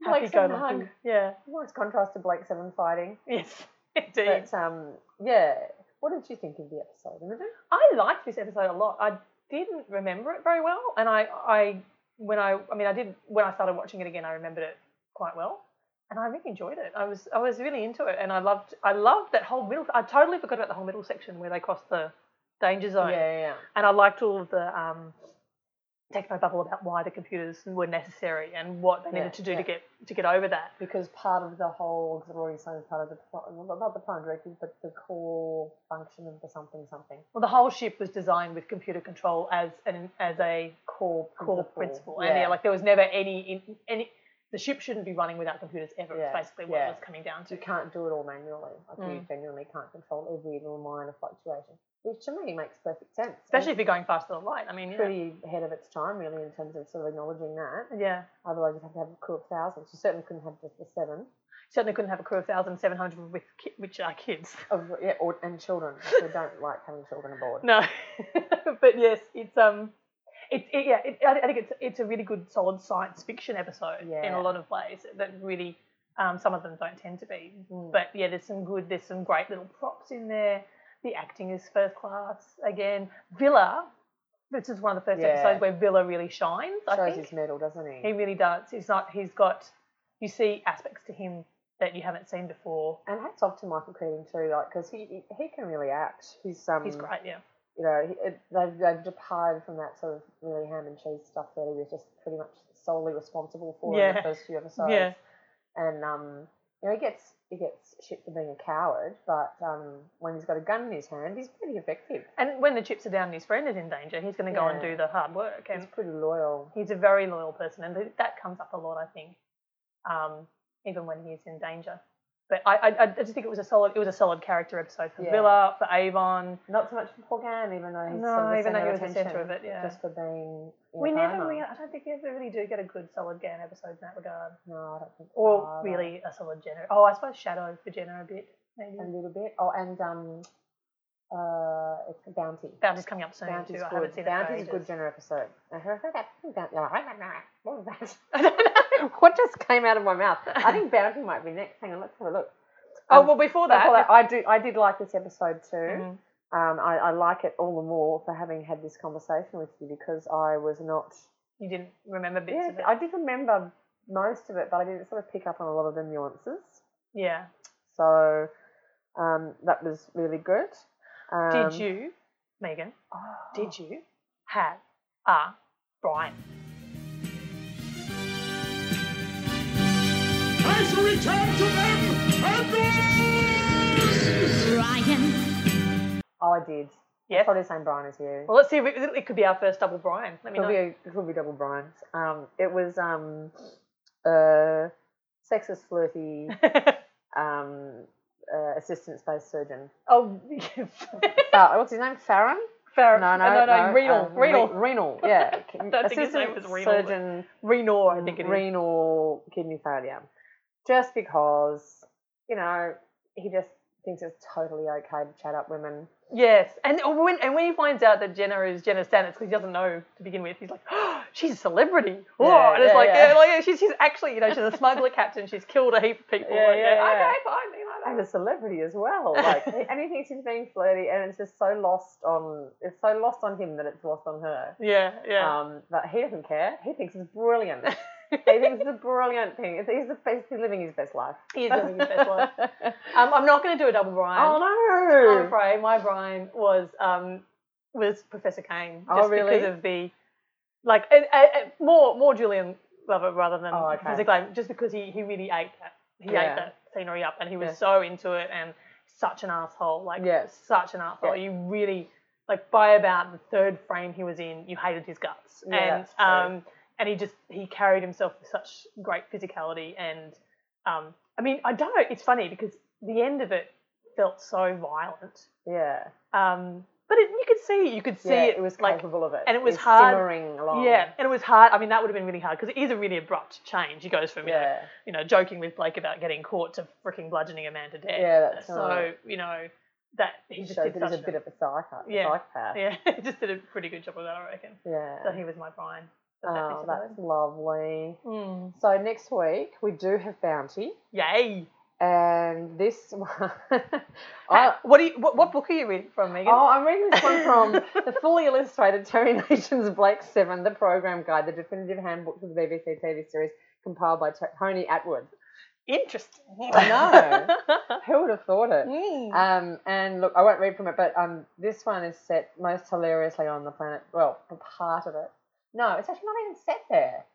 Speaker 2: Happy
Speaker 1: Blake's
Speaker 2: go
Speaker 1: having a
Speaker 2: lucky.
Speaker 1: hug.
Speaker 2: Yeah. *laughs*
Speaker 1: Nice contrast to Blake Seven fighting.
Speaker 2: Yes. Indeed.
Speaker 1: But um, yeah. What did you think of the episode? Imogen?
Speaker 2: I liked this episode a lot. I didn't remember it very well, and I, I when I, I mean, I did when I started watching it again. I remembered it quite well, and I really enjoyed it. I was, I was really into it, and I loved, I loved that whole middle. I totally forgot about the whole middle section where they crossed the danger zone,
Speaker 1: Yeah, yeah, yeah.
Speaker 2: and I liked all of the um, techno bubble about why the computers were necessary and what they needed
Speaker 1: Yeah,
Speaker 2: to do
Speaker 1: yeah.
Speaker 2: to get to get over that.
Speaker 1: because part of the whole auxiliary sign is part of the pl- well, not the prime directive, but the core function of the something something
Speaker 2: Well, the whole ship was designed with computer control as an as a
Speaker 1: core
Speaker 2: core
Speaker 1: principle.
Speaker 2: principle.
Speaker 1: Yeah.
Speaker 2: And yeah, like there was never any in, any the ship shouldn't be running without computers ever.
Speaker 1: Yeah,
Speaker 2: It's basically what it
Speaker 1: yeah.
Speaker 2: was coming down to.
Speaker 1: you can't do it all manually. Like you
Speaker 2: Mm.
Speaker 1: genuinely can't control every little minor fluctuation, which to me makes perfect sense.
Speaker 2: Especially if
Speaker 1: And
Speaker 2: you're going faster than light. I mean,
Speaker 1: it's
Speaker 2: yeah.
Speaker 1: pretty ahead of its time really in terms of sort of acknowledging that.
Speaker 2: yeah.
Speaker 1: Otherwise, you'd have to have a crew of thousands. You certainly couldn't have just the seven
Speaker 2: Certainly couldn't have a crew of 1,700 with ki- which are kids.
Speaker 1: of yeah, or, and children. Like, we don't *laughs* like having children aboard.
Speaker 2: No. *laughs* but yes, it's um it, it yeah, it, I I think it's it's a really good solid science fiction episode in
Speaker 1: Yeah.
Speaker 2: a lot of ways that really um, some of them don't tend to be.
Speaker 1: Hmm.
Speaker 2: But yeah, there's some good there's some great little props in there. The acting is first class again. Villa this is one of the first
Speaker 1: Yeah.
Speaker 2: episodes where Villa really shines, I
Speaker 1: Shows
Speaker 2: think.
Speaker 1: his medal, doesn't he?
Speaker 2: He really does. He's not he's got you see aspects to him that you haven't seen before.
Speaker 1: And hats off to Michael Keaton too, like because he he- he can really act. He's um
Speaker 2: He's great, yeah.
Speaker 1: you know, he- it, they've, they've departed from that sort of really ham and cheese stuff that he was just pretty much solely responsible for in
Speaker 2: Yeah.
Speaker 1: the first few episodes.
Speaker 2: Yeah.
Speaker 1: And, um, you know, he gets he gets shit for being a coward, but um, when he's got a gun in his hand, he's pretty effective.
Speaker 2: And when the chips are down and his friend is in danger, he's going to go and
Speaker 1: Yeah.
Speaker 2: do the hard work. And
Speaker 1: He's pretty loyal.
Speaker 2: he's a very loyal person, and th- that comes up a lot, I think, um, even when he's in danger. But I, I, I just think it was a solid, it was a solid character episode for
Speaker 1: Yeah.
Speaker 2: Villa, for Avon.
Speaker 1: Not so much for poor Gan, even though he's
Speaker 2: No,
Speaker 1: sort of the
Speaker 2: even though
Speaker 1: centre
Speaker 2: he
Speaker 1: of
Speaker 2: was the centre
Speaker 1: attention,
Speaker 2: of it, yeah.
Speaker 1: just for being. in
Speaker 2: We
Speaker 1: a
Speaker 2: never,
Speaker 1: coma.
Speaker 2: really, I don't think we ever really do get a good solid Gan episode in that regard,
Speaker 1: No, I don't think. so
Speaker 2: or
Speaker 1: either.
Speaker 2: really a solid Jenna. Oh, I suppose Shadow for Jenna a bit, maybe.
Speaker 1: a little bit. Oh, and um, uh, it's Bounty.
Speaker 2: Bounty's coming up soon
Speaker 1: Bounty's
Speaker 2: too.
Speaker 1: good.
Speaker 2: I haven't seen
Speaker 1: Bounty's
Speaker 2: it. for
Speaker 1: a good
Speaker 2: ages.
Speaker 1: genre episode. What was that?
Speaker 2: *laughs* I don't know.
Speaker 1: *laughs* what just came out of my mouth? I think Bounty might be next. Hang on, let's have a look. Um,
Speaker 2: Oh, well, before that- Mm-hmm.
Speaker 1: before I do. I did like this episode too. Um, I, I like it all the more for having had this conversation with you because I was not.
Speaker 2: You didn't remember bits
Speaker 1: yeah,
Speaker 2: of it.
Speaker 1: I did remember most of it, but I didn't sort of pick up on a lot of the nuances.
Speaker 2: Yeah.
Speaker 1: So um, that was really good. Um, Oh.
Speaker 2: did you, Megan? Did you have a Brian?
Speaker 12: I shall return to them Brian.
Speaker 1: Oh, I did.
Speaker 2: Yes.
Speaker 1: Probably the same Brian as you.
Speaker 2: Well, let's see. If it, it could be our first double Brian. Let me
Speaker 1: could
Speaker 2: know.
Speaker 1: be a, it could be double Brian's. Um, it was um, uh,
Speaker 2: *laughs*
Speaker 1: sexist, flirty, um, uh, assistant space surgeon.
Speaker 2: Oh, *laughs*
Speaker 1: Far- what's his name? Farron.
Speaker 2: Farron.
Speaker 1: No, no,
Speaker 2: Uh, No, no, Renal,
Speaker 1: um,
Speaker 2: Renal.
Speaker 1: Re- renal.
Speaker 2: *laughs*
Speaker 1: Yeah.
Speaker 2: I don't think his name was Renal, but-
Speaker 1: Surgeon.
Speaker 2: Renal. I think it is.
Speaker 1: renal kidney failure. Just because you know he just thinks it's totally okay to chat up women.
Speaker 2: Yes, and when and when he finds out that Jenna is Jenna Stannis, because he doesn't know to begin with, he's like, *gasps* oh, she's a celebrity. Whoa.
Speaker 1: Yeah,
Speaker 2: and it's
Speaker 1: yeah,
Speaker 2: like,
Speaker 1: yeah.
Speaker 2: yeah, like, yeah, she's, she's actually, you know, she's a smuggler captain. She's killed a heap of people.
Speaker 1: Yeah,
Speaker 2: and,
Speaker 1: yeah, yeah.
Speaker 2: Okay, fine. you know,
Speaker 1: and a celebrity as
Speaker 2: *laughs*
Speaker 1: well. Like, and he thinks he's being flirty, and it's just so lost on it's so lost on him that it's lost on her.
Speaker 2: Yeah, yeah.
Speaker 1: Um, but he doesn't care. He thinks it's
Speaker 2: *laughs*
Speaker 1: brilliant. he thinks it's a brilliant thing. It's- He's the best. He's living his best life. *laughs*
Speaker 2: He is living his best life. Um, I'm not going to do a double Brian.
Speaker 1: Oh, no.
Speaker 2: I'm afraid my Brian was um, was Professor Kane.
Speaker 1: Oh,
Speaker 2: just
Speaker 1: really?
Speaker 2: Because of the like, and, and, and more more Julian Glover rather than
Speaker 1: Oh, okay.
Speaker 2: Professor Kane, just because he he really ate that he
Speaker 1: Yeah.
Speaker 2: ate that scenery up, and he was
Speaker 1: Yeah.
Speaker 2: so into it and such an asshole, like
Speaker 1: Yeah.
Speaker 2: such an asshole. You really like by about the third frame he was in, you hated his guts,
Speaker 1: Yeah, that's true.
Speaker 2: and um, and he just he carried himself with such great physicality and um, I mean, I don't know. It's funny because the end of it felt so violent.
Speaker 1: Yeah.
Speaker 2: Um, but it, you could see, you could see
Speaker 1: Yeah,
Speaker 2: it,
Speaker 1: it was
Speaker 2: like,
Speaker 1: capable of it.
Speaker 2: and it was
Speaker 1: It's
Speaker 2: hard.
Speaker 1: simmering along.
Speaker 2: Yeah, and it was hard. I mean, that would have been really hard because it is a really abrupt change. He goes from you, know,
Speaker 1: Yeah.
Speaker 2: you know joking with Blake about getting caught to freaking bludgeoning a man to death.
Speaker 1: Yeah, that's
Speaker 2: so
Speaker 1: right.
Speaker 2: you know that he just did
Speaker 1: Showed that
Speaker 2: such
Speaker 1: he's a bit of a psycho,
Speaker 2: yeah,
Speaker 1: psychopath.
Speaker 2: yeah, he just did a *laughs* pretty good job of that, I reckon.
Speaker 1: Yeah.
Speaker 2: So he was my Brian. for that
Speaker 1: Oh,
Speaker 2: episode.
Speaker 1: that's lovely.
Speaker 2: Mm.
Speaker 1: So next week we do have bounty.
Speaker 2: Yay!
Speaker 1: And this *laughs* one,
Speaker 2: Uh, what do you? What, what book are you reading from, Megan?
Speaker 1: Oh, I'm reading this one from the fully illustrated Terry Nation's Blake Seven, the program guide, the definitive handbook for the BBC TV series, compiled by T- Tony Atwood.
Speaker 2: Interesting.
Speaker 1: *laughs* I
Speaker 2: *laughs*
Speaker 1: know. *laughs* Who would have thought it?
Speaker 2: Mm.
Speaker 1: Um, and look, I won't read from it, but um, this one is set most hilariously on the planet. Well, a part of it. No, it's actually not even set there.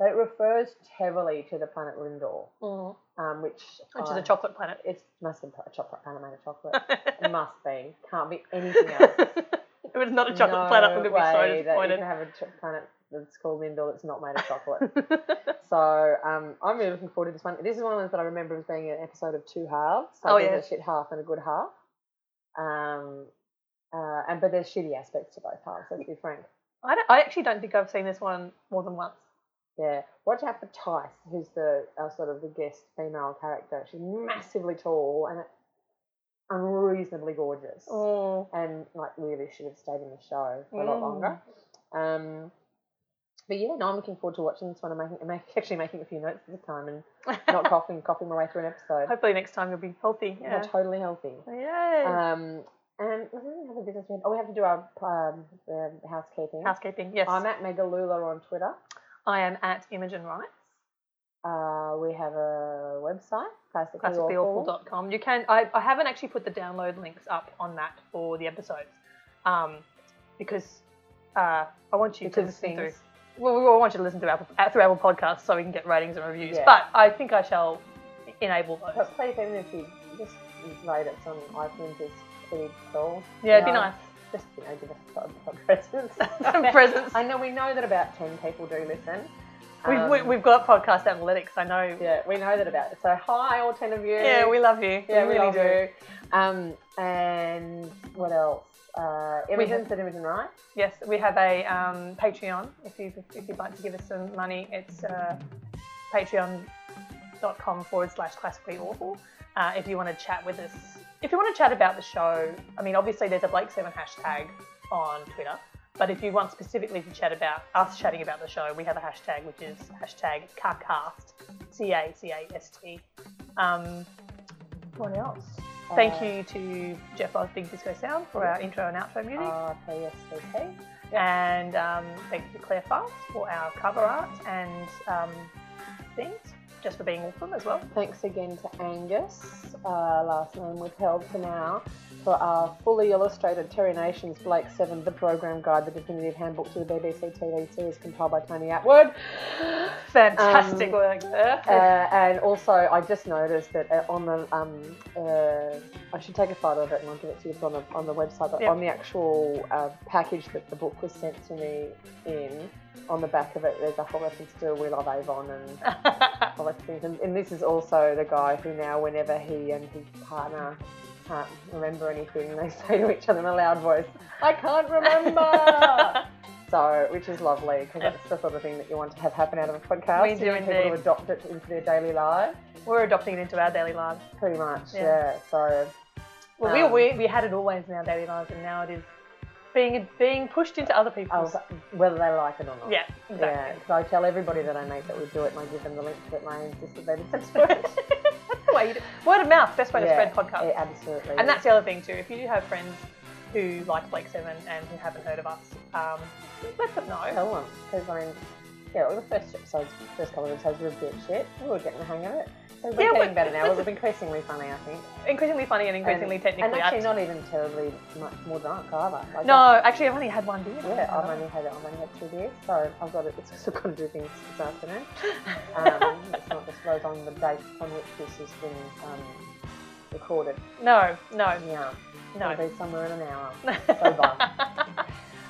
Speaker 1: But it refers heavily to the planet Lindor,
Speaker 2: Mm.
Speaker 1: um, which
Speaker 2: Which is
Speaker 1: I-
Speaker 2: a chocolate planet.
Speaker 1: It's must be a chocolate planet made of chocolate. *laughs* it must be. Can't be
Speaker 2: *laughs*
Speaker 1: anything else.
Speaker 2: If it's not a chocolate
Speaker 1: no
Speaker 2: planet, I'm going to be so
Speaker 1: way That you
Speaker 2: disappointed. *laughs*
Speaker 1: can have a ch- planet that's called Lindor that's not made of chocolate. *laughs* so um, I'm really looking forward to this one. This is one of the ones that I remember as being an episode of two halves. So
Speaker 2: Oh,
Speaker 1: there's
Speaker 2: yeah.
Speaker 1: a shit half and a good half. Um, uh, and but there's shitty aspects to both halves. Let's be frank.
Speaker 2: I, don't, I actually don't think I've seen this one more than once.
Speaker 1: Yeah. Watch out for Tice, who's the uh, sort of the guest female character. She's massively tall and unreasonably gorgeous.
Speaker 2: Oh.
Speaker 1: And like really should have stayed in the show for a lot
Speaker 2: Mm.
Speaker 1: longer. Um, but yeah, no, I'm looking forward to watching this one. I'm making, I'm ac- *laughs* actually making a few notes this time and
Speaker 2: *laughs*
Speaker 1: not coughing, coughing my way through an episode.
Speaker 2: Hopefully next time you'll be healthy.
Speaker 1: You're
Speaker 2: Yeah.
Speaker 1: totally healthy.
Speaker 2: Yay.
Speaker 1: Um, and we don't have a business. we had- Oh, we have to do our um, um, housekeeping.
Speaker 2: Housekeeping, yes.
Speaker 1: I'm at Megalula on Twitter.
Speaker 2: I am at Imogen Wright,
Speaker 1: Uh, we have a website, classically, awful.
Speaker 2: classicallyawful.com. You can. I, I haven't actually put the download links up on that for the episodes, um, because uh, I want you
Speaker 1: Because
Speaker 2: to listen through.
Speaker 1: things-
Speaker 2: Well, we all want you to listen to Apple, uh, through Apple Podcasts so we can get ratings and reviews.
Speaker 1: Yeah.
Speaker 2: But I think I shall enable those.
Speaker 1: But please, even if you just rate us on iTunes, it's pretty cool.
Speaker 2: Yeah, it'd
Speaker 1: You
Speaker 2: be
Speaker 1: know,
Speaker 2: nice.
Speaker 1: Just you know, give us some presents.
Speaker 2: Some *laughs* presents.
Speaker 1: *laughs* I know we know that about ten people do listen.
Speaker 2: We've, we,
Speaker 1: Um,
Speaker 2: we've got podcast analytics. I know.
Speaker 1: Yeah, we know that about. So hi, all ten of you.
Speaker 2: Yeah, we love you.
Speaker 1: Yeah,
Speaker 2: we,
Speaker 1: we
Speaker 2: really
Speaker 1: love
Speaker 2: do.
Speaker 1: you. Um, and what else? Uh, Imogen's at Imogen Right.
Speaker 2: Yes, we have a um, Patreon. If you if you'd like to give us some money, it's uh, patreon.com forward slash classically awful. Uh, if you want to chat with us, if you want to chat about the show, I mean, obviously there's a Blake Seven hashtag on Twitter. But if you want specifically to chat about us chatting about the show, we have a hashtag which is hashtag CACAST, C A C A S T. Um, What else? Thank you to Jeff Oz Big Disco Sound for our intro and outro music.
Speaker 1: Ah, okay, yes, okay.
Speaker 2: And um, thank you to Claire Fast for our cover art and um, things, just for being awesome as well.
Speaker 1: Thanks again to Angus, uh, last name withheld for now, for our fully illustrated Terry Nations Blake 7, the program guide, the definitive handbook to the BBC TV series compiled by Tony Atwood.
Speaker 2: Fantastic
Speaker 1: Um,
Speaker 2: work there.
Speaker 1: Uh, and also, I just noticed that uh, on the um, uh, I should take a photo of it and I'll give it to you. It's on the on the website, but
Speaker 2: Yep.
Speaker 1: on the actual uh, package that the book was sent to me in, on the back of it, there's a whole reference to We Love Avon and all those things. And, and this is also the guy who now, whenever he and his partner can't remember anything, they *laughs* say to each other in a loud voice, "I
Speaker 2: *laughs*
Speaker 1: can't remember." So, which is lovely because that's the sort of thing that you want to have happen out of a podcast.
Speaker 2: We
Speaker 1: You
Speaker 2: do
Speaker 1: want people
Speaker 2: indeed.
Speaker 1: to adopt it into their daily lives.
Speaker 2: We're adopting it into our daily lives.
Speaker 1: Pretty much,
Speaker 2: Yeah.
Speaker 1: yeah. So,
Speaker 2: Well,
Speaker 1: um,
Speaker 2: we, we, we had it always in our daily lives, and now it is being being pushed into other people's. *laughs*
Speaker 1: oh, whether they like it or not.
Speaker 2: Yeah, exactly.
Speaker 1: because I tell everybody that I make that we do it, and I give them the link to it, and I insist that they
Speaker 2: *laughs*
Speaker 1: listen to it.
Speaker 2: Word, word of mouth, best way to
Speaker 1: *laughs* Yeah,
Speaker 2: spread podcasts.
Speaker 1: yeah, absolutely.
Speaker 2: And that's the other thing too. If you do have friends who like Blake Seven and who haven't heard of us, um, let them know.
Speaker 1: Tell them, because I mean, yeah, well, the first episodes, first couple of episodes were a bit shit. We were getting the hang of it. So we're
Speaker 2: Yeah,
Speaker 1: getting
Speaker 2: but-
Speaker 1: better now. It was increasingly funny, I think.
Speaker 2: Increasingly funny and increasingly
Speaker 1: and,
Speaker 2: technically
Speaker 1: And actually,
Speaker 2: apt.
Speaker 1: not even terribly much more drunk either. Like,
Speaker 2: No, actually, I've only had one beer.
Speaker 1: Yeah, I've only had I've only had two beers, so I've got to, it's still got to do things this afternoon. Um, it's not disclosed on the date on which this has been um, recorded.
Speaker 2: No, no,
Speaker 1: Yeah,
Speaker 2: no.
Speaker 1: it'll be somewhere in
Speaker 2: *laughs*
Speaker 1: an hour. so bye.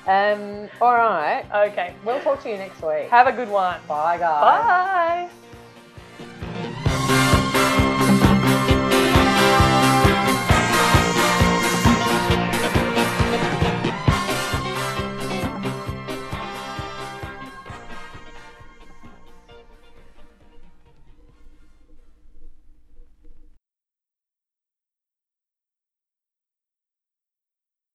Speaker 1: Um, all right,
Speaker 2: Okay.
Speaker 1: we'll talk to you next week.
Speaker 2: Have a good one.
Speaker 1: Bye, guys.
Speaker 2: Bye.